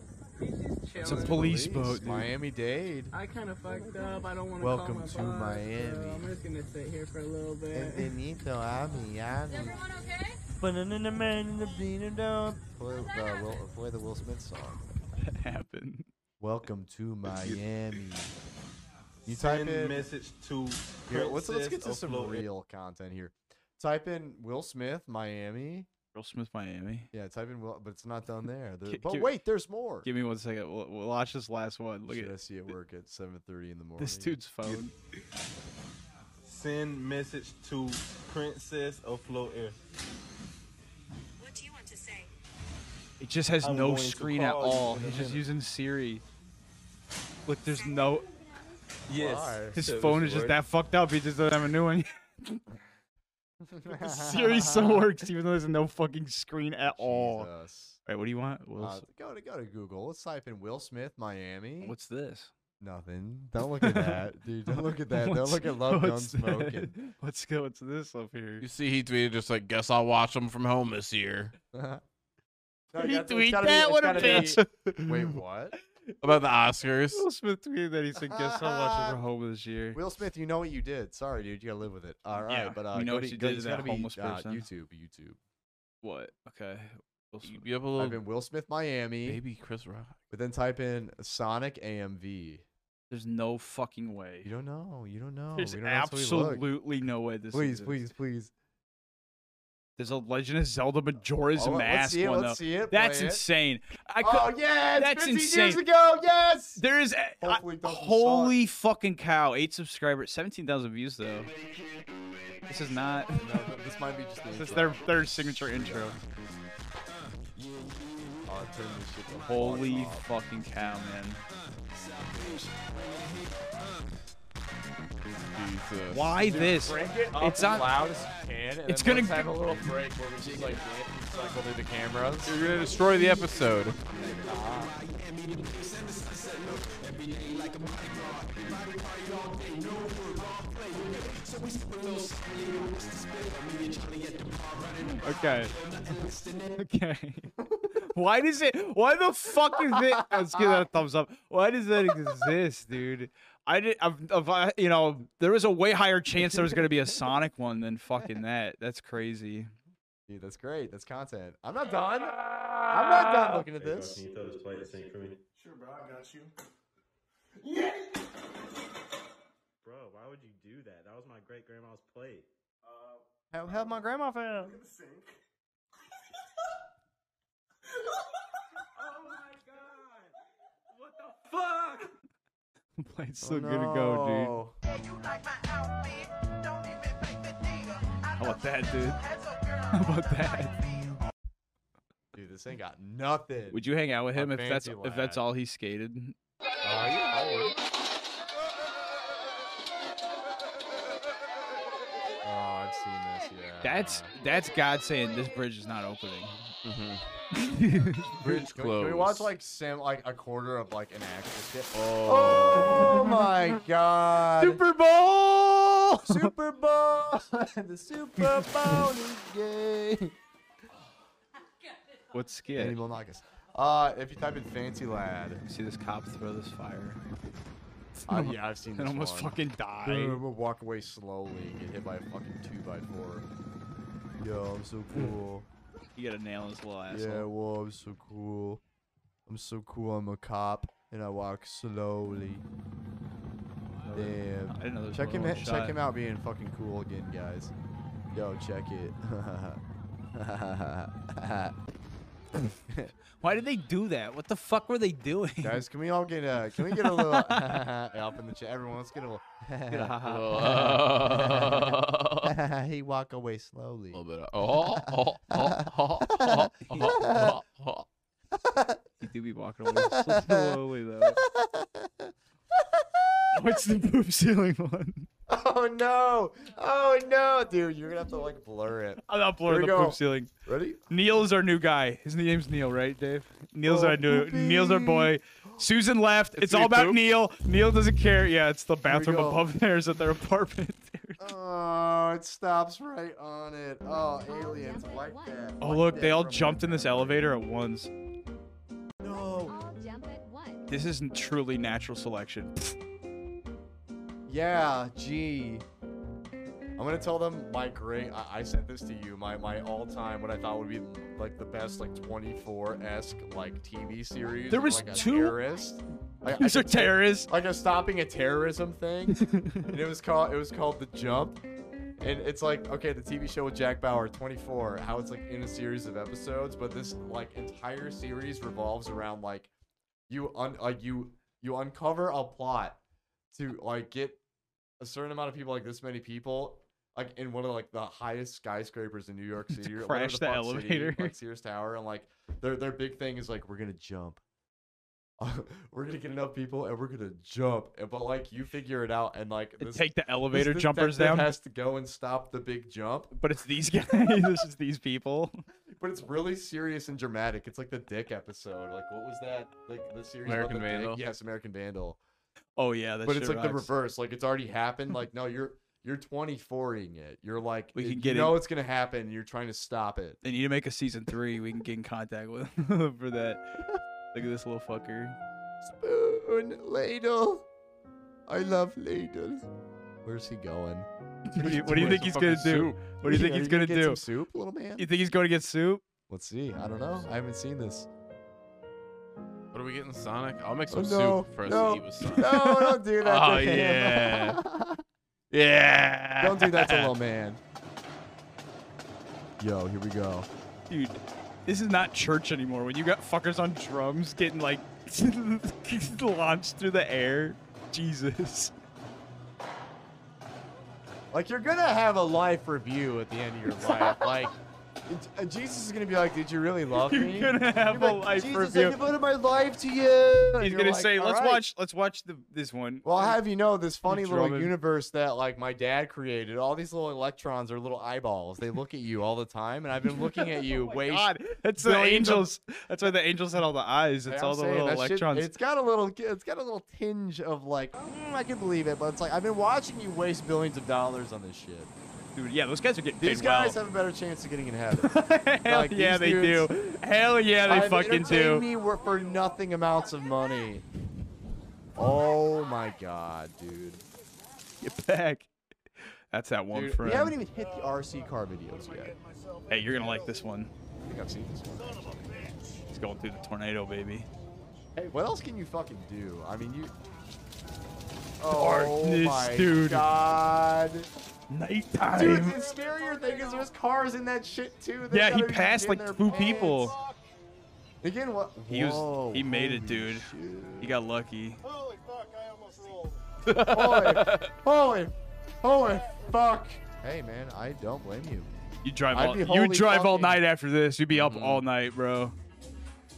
It's a police boat, dude.
Miami Dade.
I kind of fucked up. I don't want to
Welcome to Miami.
I'm just gonna sit here for a little bit.
Benito, I'm Miami.
okay?
Banana man in the beaner dome. Play the Will, play the Will Smith song.
That happened.
Welcome to Miami. You type in
message to.
Here, let's let's get to
Princess
some
Afloat.
real content here. Type in Will Smith Miami.
Will Smith, Miami.
Yeah, type in Will, but it's not down there. There-
Gi-
but
gi-
wait, there's more.
Give me one second. We'll, we'll watch this last one. Look
Should I
at
see it work at 7:30 in the morning?
this dude's phone.
Send message to Princess Afloat Air.
What do you want to say?
It just has
I'm
no
going to
screen at
call you
all.
in a
He's just
minute.
using Siri. Look, there's no.
Yes.
His
So
phone
it's
is just
work.
that fucked up. He just doesn't have a new one. Siri still works even though there's no fucking screen at all. All
Jesus.
right, what do you want? Will
Uh,
Smith-
go to go to Google. Let's type in Will Smith Miami.
What's this?
Nothing. Don't look at that, dude. Don't look at that. Don't look at Love Gun
what's
Smoking.
that? What's go? What's this up here?
You see, he tweeted just like, "Guess I'll watch them from home this year."
No,
He
that's- it's
tweeted
gotta
that?
it's
What a
gotta be-
bitch.
Wait, what?
About the Oscars.
Will Smith tweeted that he said, "Guess I'll watch it from home this year."
Will Smith, you know what you did. Sorry, dude. You gotta live with it. All right,
Yeah,
but uh,
we know
go
what
to,
you
go,
did to
it's
that
gotta be,
homeless
uh,
person.
YouTube, YouTube.
What? Okay. Will Smith.
You have a
I've
little
been Will Smith Miami,
baby Chris Rock.
but then type in Sonic AMV.
There's no fucking way.
You don't know. You don't know.
There's
we don't know until we look.
absolutely no way this.
Please,
exists.
please, please.
There's a Legend of Zelda Majora's
Oh, let's
Mask
see it,
one
let's
though.
see it,
That's
play it.
insane. I cou-
Oh yeah,
that's
15
insane.
years ago. Yes.
There is a- I-
Hopefully it doesn't
holy fucking cow! Eight subscribers, seventeen thousand views though. This is not.
No, th- this might be just the
This is
intro.
their their signature intro.
Oh, turn this shit the fuck
Holy
off.
fucking cow, man!
Jesus.
Why
Dude,
this?
crank it up
It's on.
as loud as you can, and
it's
then
gonna
let's have
g-
a little break where we just like dance and cycle through the cameras.
You're gonna destroy the episode.
Okay. Okay. Why does it? Why the fuck is it? Let's give that a thumbs up. Why does that exist, dude? I did. I've, I've, I- you know, there was a way higher chance there was gonna be a Sonic one than fucking that. That's crazy.
Dude, that's great. That's content. I'm not done. I'm not done looking at this.
you throw this plate in the sink for me?
Sure, bro. I got you.
Bro, why would you do that? That was my great grandma's plate.
Uh,
How how'd my grandma found?
Fuck!
Played
Oh,
so good to go, dude. How about that, dude? How about that?
dude. Dude, this ain't got nothing.
Would you hang out with him
A
if that's
fancy
if that's
lad.
all he skated?
Uh, yeah, I would. Oh, I've seen this. Yeah.
That's that's God saying this bridge is not opening.
Bridge
Can we, can we watch
closed.
like sim like a quarter of like an actual skit?
Oh.
Oh my god!
Super Bowl!
Super Bowl! the Super Bowl is gay.
What's skit?
Andy Milonakis. Uh, if you type in "fancy lad,"
see this cop throw this fire.
Uh, yeah, I've seen.
It
this
almost
one.
fucking died.
Boom, we'll walk away slowly and get hit by a fucking two by four. Yo, I'm so cool.
You got a nail in his little asshole.
Yeah, whoa, I'm so cool. I'm so cool. I'm a cop, and I walk slowly. Damn.
I didn't know there was
check him.
more than
Check
one shot.
him out being fucking cool again, guys. Yo, check it.
Why did they do that? What the fuck were they doing?
guys, can we all get a? Can we get a little up in the chat? Everyone, let's get a little. get a he walk away slowly. A little bit. Of,
oh, oh, oh, oh, oh, oh, oh,
You do be walking away slowly though. What's the poop ceiling one?
Oh no! Oh no, dude! You're gonna have to like blur it.
I'm not
Here
blurring
we
the
go.
poop ceiling.
Ready?
Neil's our new guy. His name's Neil, right, Dave? Neil's
Oh,
our new
poopy.
Neil's our boy. Susan left. It's, all
me,
about
poop.
Neil. Neil doesn't care. Yeah, it's the bathroom
go.
above theirs at their apartment.
Oh, it stops right on it. Oh, aliens, wipe that.
Oh look, they all jumped in this elevator at once.
No.
This is n- truly natural selection.
Yeah, gee. I'm gonna tell them my great. I, I sent this to you. My my all-time what I thought would be like the best like 24-esque like TV series.
There
of,
was
like, a
two-
terrorist. Like, I
These are
could take-
terrorists.
Like a stopping a terrorism thing. and it was called it was called the jump. And it's like okay, the TV show with Jack Bauer, 24. How it's like in a series of episodes, but this like entire series revolves around like you un like you you uncover a plot to like get a certain amount of people, like this many people, like in one of like the highest skyscrapers in New York City, or whatever
crash the
fuck city,
elevator.
like Sears Tower, and like their their big thing is like we're gonna jump, we're gonna get enough people, and we're gonna jump, and, but like you figure it out, and like this,
Take the
this
elevator jumpers
detective
down.
has to go and stop the big jump,
But it's these guys. this is these people.
but it's really serious and dramatic. It's like the Dick episode. Like what was that? Like the series about
American
the Dick?
Vandal?
Yes, American Vandal.
Oh yeah, that
but it's
shit
like the
rocks.
reverse. Like it's already happened. Like no, you're you're 24ing it. You're like
We
it-
can
you
get in-
know it's gonna happen. You're trying to stop it.
They need to make a season three. We can get in contact with them for that. Look at this little fucker.
Spoon ladle. I love ladle. Where's he going?
What do you, what do you think he's gonna do? What do you think he's gonna
get
do?
Some soup, little man.
You think he's gonna get soup?
Let's see. I don't know. I haven't seen this.
What are we getting, Sonic? I'll make some
Oh, no,
soup for us
no,
to eat with Sonic.
No, don't do that.
Oh
to him.
yeah, yeah.
Don't do that to little man. Yo, here we go.
Dude, this is not church anymore. When you got fuckers on drums getting like launched through the air, Jesus.
Like you're gonna have a life review at the end of your life. Like it's- uh, Jesus is gonna be like, "Did you really love
You're
me?"
gonna have
You're
a
like,
life
Jesus, I
review."
devoted my life to you. And
He's
you're
gonna
like,
say,
"All
"Let's
right."
watch, let's watch the this one."
Well, I'll have you know, this funny little
drumming.
universe that like my dad created. All these little electrons are little eyeballs. They look at you all the time, and I've been looking at you.
Oh my
waste
God, that's the
billions of-
angels. That's why the angels had all the eyes. It's
I'm
all the
saying,
little
that shit-
electrons.
it's got a little, it's got a little tinge of like, mm, I can believe it, but it's like I've been watching you waste billions of dollars on this shit.
Dude, yeah, those guys are getting
These
paid
guys
well.
have a better chance of getting in heaven.
Hell
like,
yeah, they
these dudes-
do. Hell yeah, they
I've
fucking
entertained
do.
Me wor- for nothing amounts of money. Oh my god, dude.
Get back. That's that one
Dude,
friend.
We haven't even hit the RC car videos yet.
Hey, you're gonna like this one.
I think I've seen this one.
It's going through the tornado, baby.
Hey, what else can you fucking do? I mean, you. Oh
Darkness,
my
dude.
god.
Nighttime.
Dude, the scarier thing is there's cars in that shit too. They
yeah, he
gotta be
passed
in
like
their
two
pants.
people.
Again, what?
He
Whoa,
was he made it,
holy
dude. He got lucky.
holy, holy, holy fuck. Hey man, I don't blame you.
You drive
I'd
all
be
you
holy
drive
fucking-
all
Mm-hmm.
night after this. You'd be up all night, bro.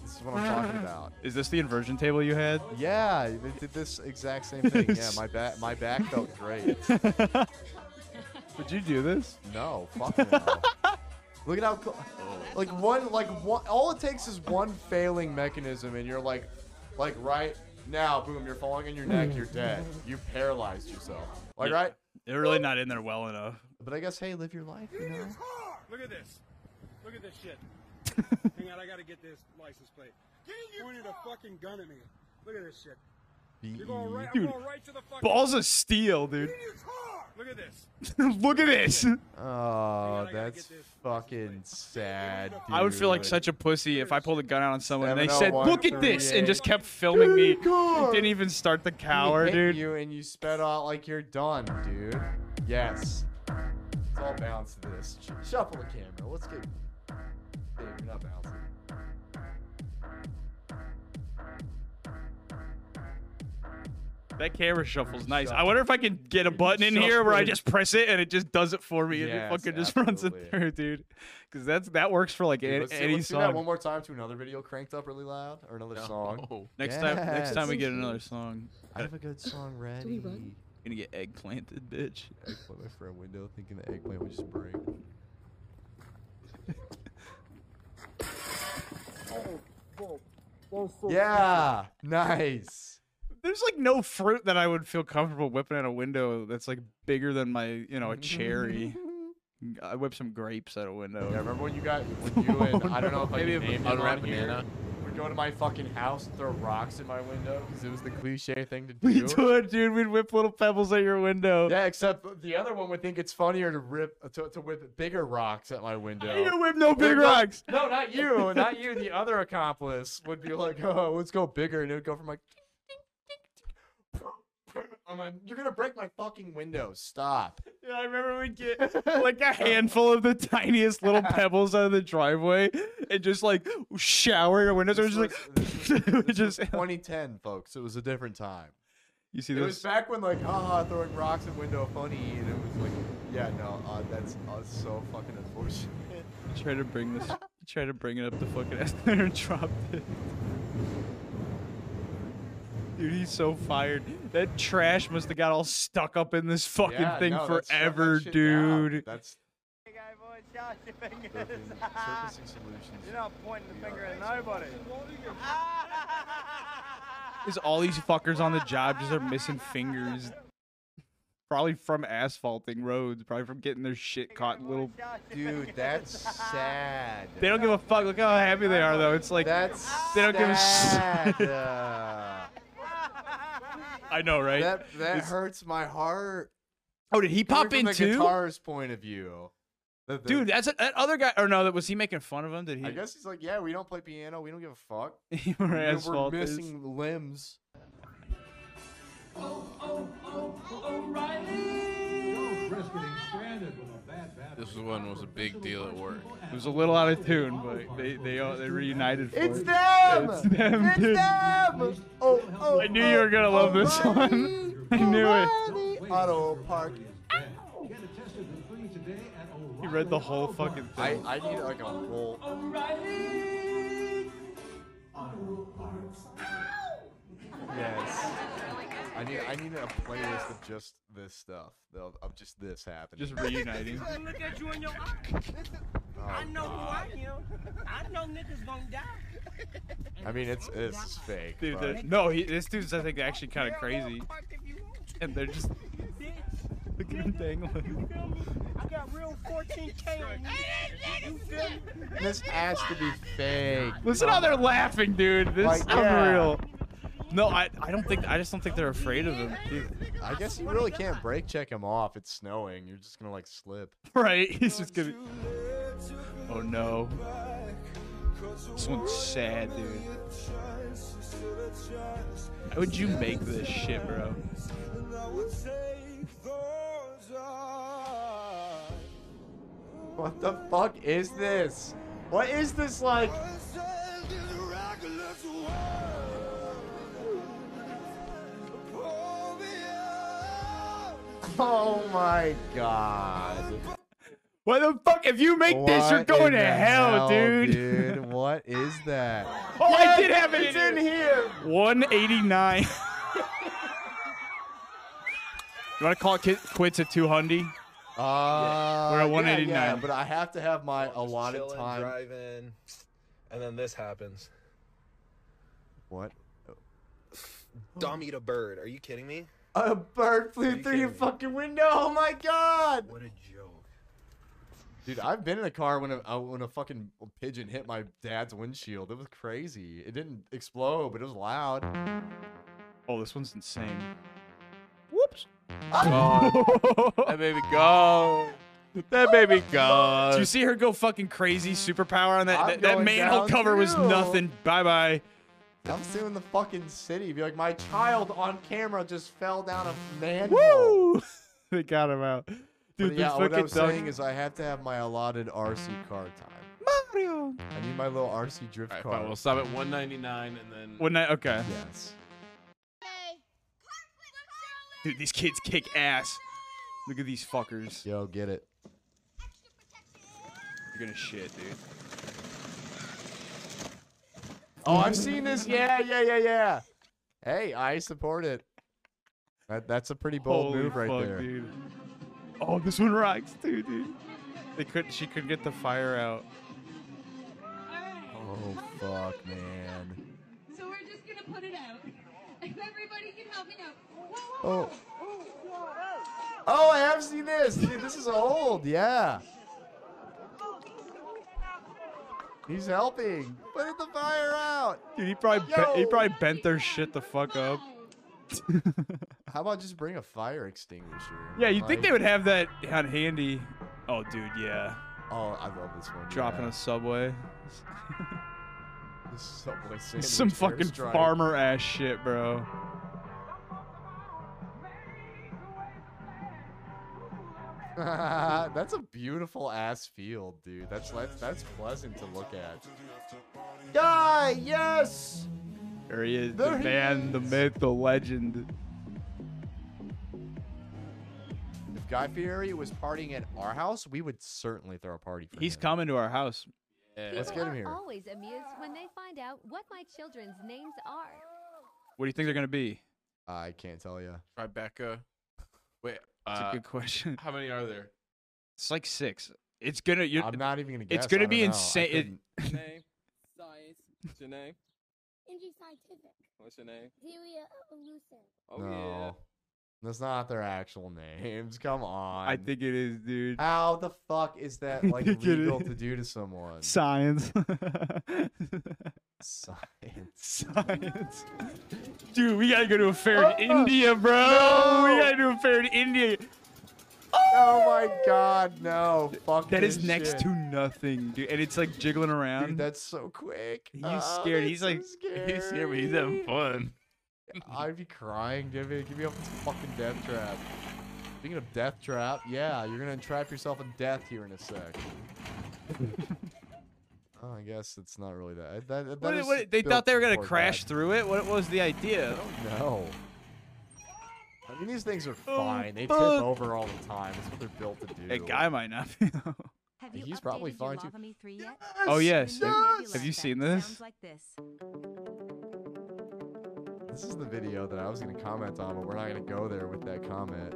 This is what I'm talking about.
Is this the inversion table you had?
Yeah, they did this exact same thing. Yeah, my back my back felt great.
Would you do this?
No, fuck no. Look at how cl- like one like one all it takes is one failing mechanism and you're like like right now boom you're falling on your neck you're dead you paralyzed yourself like
Yeah.
right
They're really not in there well enough.
but I guess hey live your life you know
Look at this. Look at this shit. Hang on, I gotta get this license plate. Pointed a fucking gun at me. Look at this shit. You're going right, I'm
Dude,
going right to the fucking
balls of steel, dude.
Look at this.
Look at this.
oh that's fucking sad dude.
I would feel like such a pussy if I pulled a gun out on someone and they said,
701
"Look at this," and just kept filming me. Didn't even start the
He
cower,
hit
dude.
you and you sped out like you're done dude yes it's all bounce to this Sh- shuffle the camera let's get Dave, you're not bouncing
That camera shuffles nice. I wonder if I can get a button in here where I just press it and it just does it for me and
Yes,
it fucking just runs it through, dude. Because that's that works for like
Dude,
an-
let's see-
any
let's do that one
song.
more time to another video cranked up really loud or another song.
Next time, next time we
Yes.
get another song.
I have a good song ready.
Gonna get eggplanted, bitch.
Eggplant went for a window, thinking the eggplant would just break. Yeah, nice.
There's like no fruit that I would feel comfortable whipping at a window that's like bigger than my, you know, a cherry. I whip some grapes at a window.
Yeah, remember when you got when you and I don't know if
Maybe
I
a
can name him
unwrapped
on here.
banana.
We're going to my fucking house and throw rocks in my window because it was the cliche thing to do.
We would, dude. We'd whip little pebbles at your window.
Yeah, except the other one would think it's funnier to rip to, to whip bigger rocks at my window.
You whip no big
No,
rocks.
No, not you, not you. The other accomplice would be like, "Oh, let's go bigger," and it would go from like, I'm like, "You're gonna break my fucking window! Stop!"
Yeah, I remember we'd get like a handful of the tiniest little pebbles out of the driveway and just like shower your windows. It was just like, just
2010, folks. It was a different time.
you see
it was
this?
back when like, haha, throwing rocks at window funny, and it was like, yeah, no, uh, that's uh, so fucking unfortunate.
Try to bring this. Try to bring it up the fucking escalator and dropped it. Dude, he's so fired. That trash must have got all stuck up in this fucking
Yeah,
thing
no, that shut that
forever,
shit down.
dude.
That's surfacing solutions.
You're not pointing the finger at nobody.
Is all these fuckers on the job just are missing fingers? Probably from asphalting roads. Probably from getting their shit caught in little.
Dude, that's sad.
They don't give a fuck. Look how happy they are, though. It's like they don't give a
sad.
shit.
Uh,
I know, right?
that that
It's-
hurts my heart.
Oh, did he pop
Coming
in
from the
too?
guitarist point of view. That the-
Dude, that's that other guy. Or no, that was he making fun of him? Did he?
I guess he's like, yeah, we don't play piano. We don't give a fuck.
Or
We're- We're
asphalt is.
missing limbs.
This one was a big deal at work.
It was a little out of tune, but they they all, they reunited. For
It's
it.
them!
It's them.
It's
dude.
them! Oh, oh,
I knew you were gonna love this one. I knew it.
it. Auto park.
He read the whole fucking
I,
thing.
I need like a whole. Yes. I need I need a playlist of just this stuff. Of, of just this happening.
Just reuniting.
Look at you in your eye. Listen, I know who I am. I know niggas gonna die.
I mean, it's it's fake.
Dude,
but-
they're- no, he, this dude's I think actually kind of crazy,
If you want,
and they're just look at him dangling.
feel me? I got real 14K on me. You feel me?
This has to be fake.
Listen how they're laughing, dude. This is
Like, yeah.
unreal. No, I I don't think I just don't think they're afraid of him, dude.
I guess you really can't brake check him off. It's snowing. You're just gonna like slip.
Right? He's just gonna. Oh no. This one's sad, dude. How would you make this shit, bro?
What the fuck is this? What is this like? Oh my god.
What the fuck? If you make this, you're
What
going
in
to
the
hell, dude.
dude. What is that?
Oh, I did have it
It's
in
in here.
189. you want to call it qui- quits at 200?
Uh,
We're
yeah,
at 189.
yeah, but I have to have my allotted
Chilling,
time.
driving, and then this happens.
What?
Dumb eat a bird. Are you kidding me?
A bird flew through your fucking window. Oh my god.
What a joke.
Dude, I've been in a car when a uh, when a fucking pigeon hit my dad's windshield. It was crazy. It didn't explode, but it was loud.
Oh, this one's insane.
Whoops.
Oh, that baby go. That baby go.
Did you see her go fucking crazy superpower on that?
I'm
That, that
going
manhole
down
cover was
too.
nothing. Bye bye.
I'm suing the fucking city. Be like, my child on camera just fell down a manhole.
Woo! they got him out. Dude,
But yeah,
the
what
fucking
I'm
dog-
saying is I have to have my allotted RC car time.
Mario.
I need my little RC drift
All right,
car.
fine. We'll stop at 199 and then.
One night, okay.
Yes.
Dude, these kids kick ass. Look at these fuckers.
Yo, get it.
You're gonna shit, dude.
Oh, I've seen this. Yeah, yeah, yeah, yeah. Hey, I support it. That, that's a pretty bold
Holy
move right
fuck,
there.
dude. Oh, this one rocks too, dude. They could she couldn't get the fire out.
Oh fuck, man.
So we're just gonna put it out. If everybody can help me out.
Oh. Oh, I have seen this. Dude, this is old. Yeah. He's helping. Put the fire out.
Dude, he probably
Yo.
be- he probably bent their shit the fuck up.
How about just bring a fire extinguisher?
Yeah, you'd think
Like-
they would have that on handy. Oh, dude, yeah.
Oh, I love this one.
Dropping
yeah.
a subway.
This Subway sandwich.
Some fucking
airstrike.
farmer ass shit, bro.
that's a beautiful ass field, dude. That's that's, that's pleasant to look at. Guy, yes.
There he is,
There
the
he
man, the myth, the legend.
If Guy Fieri was partying at our house, we would certainly throw a party for
He's
him.
coming to our house.
Let's
People
get him
are
here.
always amused when they find out what my children's names are.
What do you think they're gonna be?
I can't tell you.
Tribeca. Wait.
That's
uh,
a good question.
How many are there?
It's like six. It's gonna. You're,
I'm not even gonna guess.
It's gonna
I
be
don't know. I
insane. It-
Name, size. What's your name?
Indie Scientific.
What's your name?
Theory evolution.
Oh yeah.
no, that's not their actual names. Come on.
I think it is, dude.
How the fuck is that
I
like
think it
legal
is.
to do to someone?
Science.
Science. Oh,
Science. Dude, we gotta go to a fair in India, bro. We
No.
gotta do a fair in India.
Oh my god, no. Fuck
That is
this
next
shit.
to nothing, dude. And it's like jiggling around.
Dude, that's so quick.
He's
Oh,
scared.
that's
He's
so
like-
He's scared, but he's
scary.
having fun.
I'd be crying, Jimmy. Give me up this fucking death trap. Speaking of death trap, yeah, you're gonna entrap yourself in death here in a sec. oh, I guess it's not really that. that, that
What-
is
what- they
built
thought they were gonna
for
crash
that.
through it. What was the idea?
No. I mean, these things are
Oh,
fine. They tip
fuck.
over all the time. That's what they're built to do.
That guy might not. Be.
Have
And
you
he's probably
updated your
fine, too.
Lava Me 3 yet?
Oh, yes.
The new
Yes.
nebula
Have you
effect
seen this?
Sounds like this.
This is the video that I was gonna comment on, but we're not gonna go there with that comment.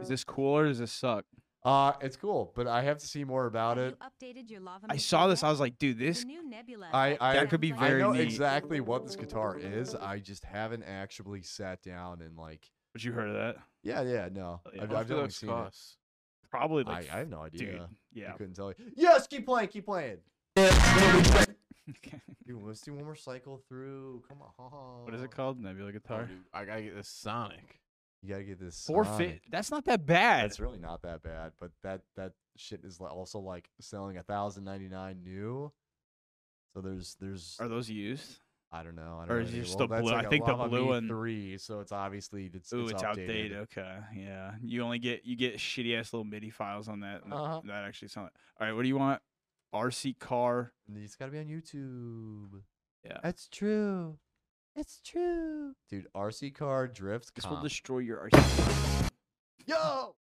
is this cool or does this suck?
Uh, it's cool, but I have to see more about it.
Updated your Lava
I
Me
saw
3
this.
yet?
I was like, dude, this.
The new nebula
I,
effect
I
That could be
I
very
know
neat.
exactly what this guitar is. I just haven't actually sat down and like.
But you heard of that?
Yeah, yeah, no.
Oh, Yeah.
I've,
How
I've
much do
definitely
those
seen
cost? Probably
it.
like.
I, I have no idea.
Dude,
I
yeah.
couldn't tell you. Yes, keep playing, keep playing. Dude, let's do one more cycle through. Come on.
What is it called? Nebula guitar.
dude, I gotta get this Sonic.
You gotta get this.
Four
Sonic.
fit. That's not that bad.
That's really not that bad, but that that shit is li- also like selling a thousand ninety nine new. So there's there's
Are those used?
I don't know. I don't
Or
know
is it
anything.
just
Well,
the
that's
blue?
Like
I
a
think the
Lava
blue
Me
one-
three. So it's obviously it's
Ooh,
it's,
it's, outdated.
outdated.
Okay, yeah. You only get you get shitty ass little MIDI files on that. and that-
Uh-huh.
That actually sounds. All right, what do you want? RC car.
It's got to be on YouTube.
Yeah.
That's true. It's true. Dude, RC car drifts.
This will
comp.
destroy your RC.
Yo!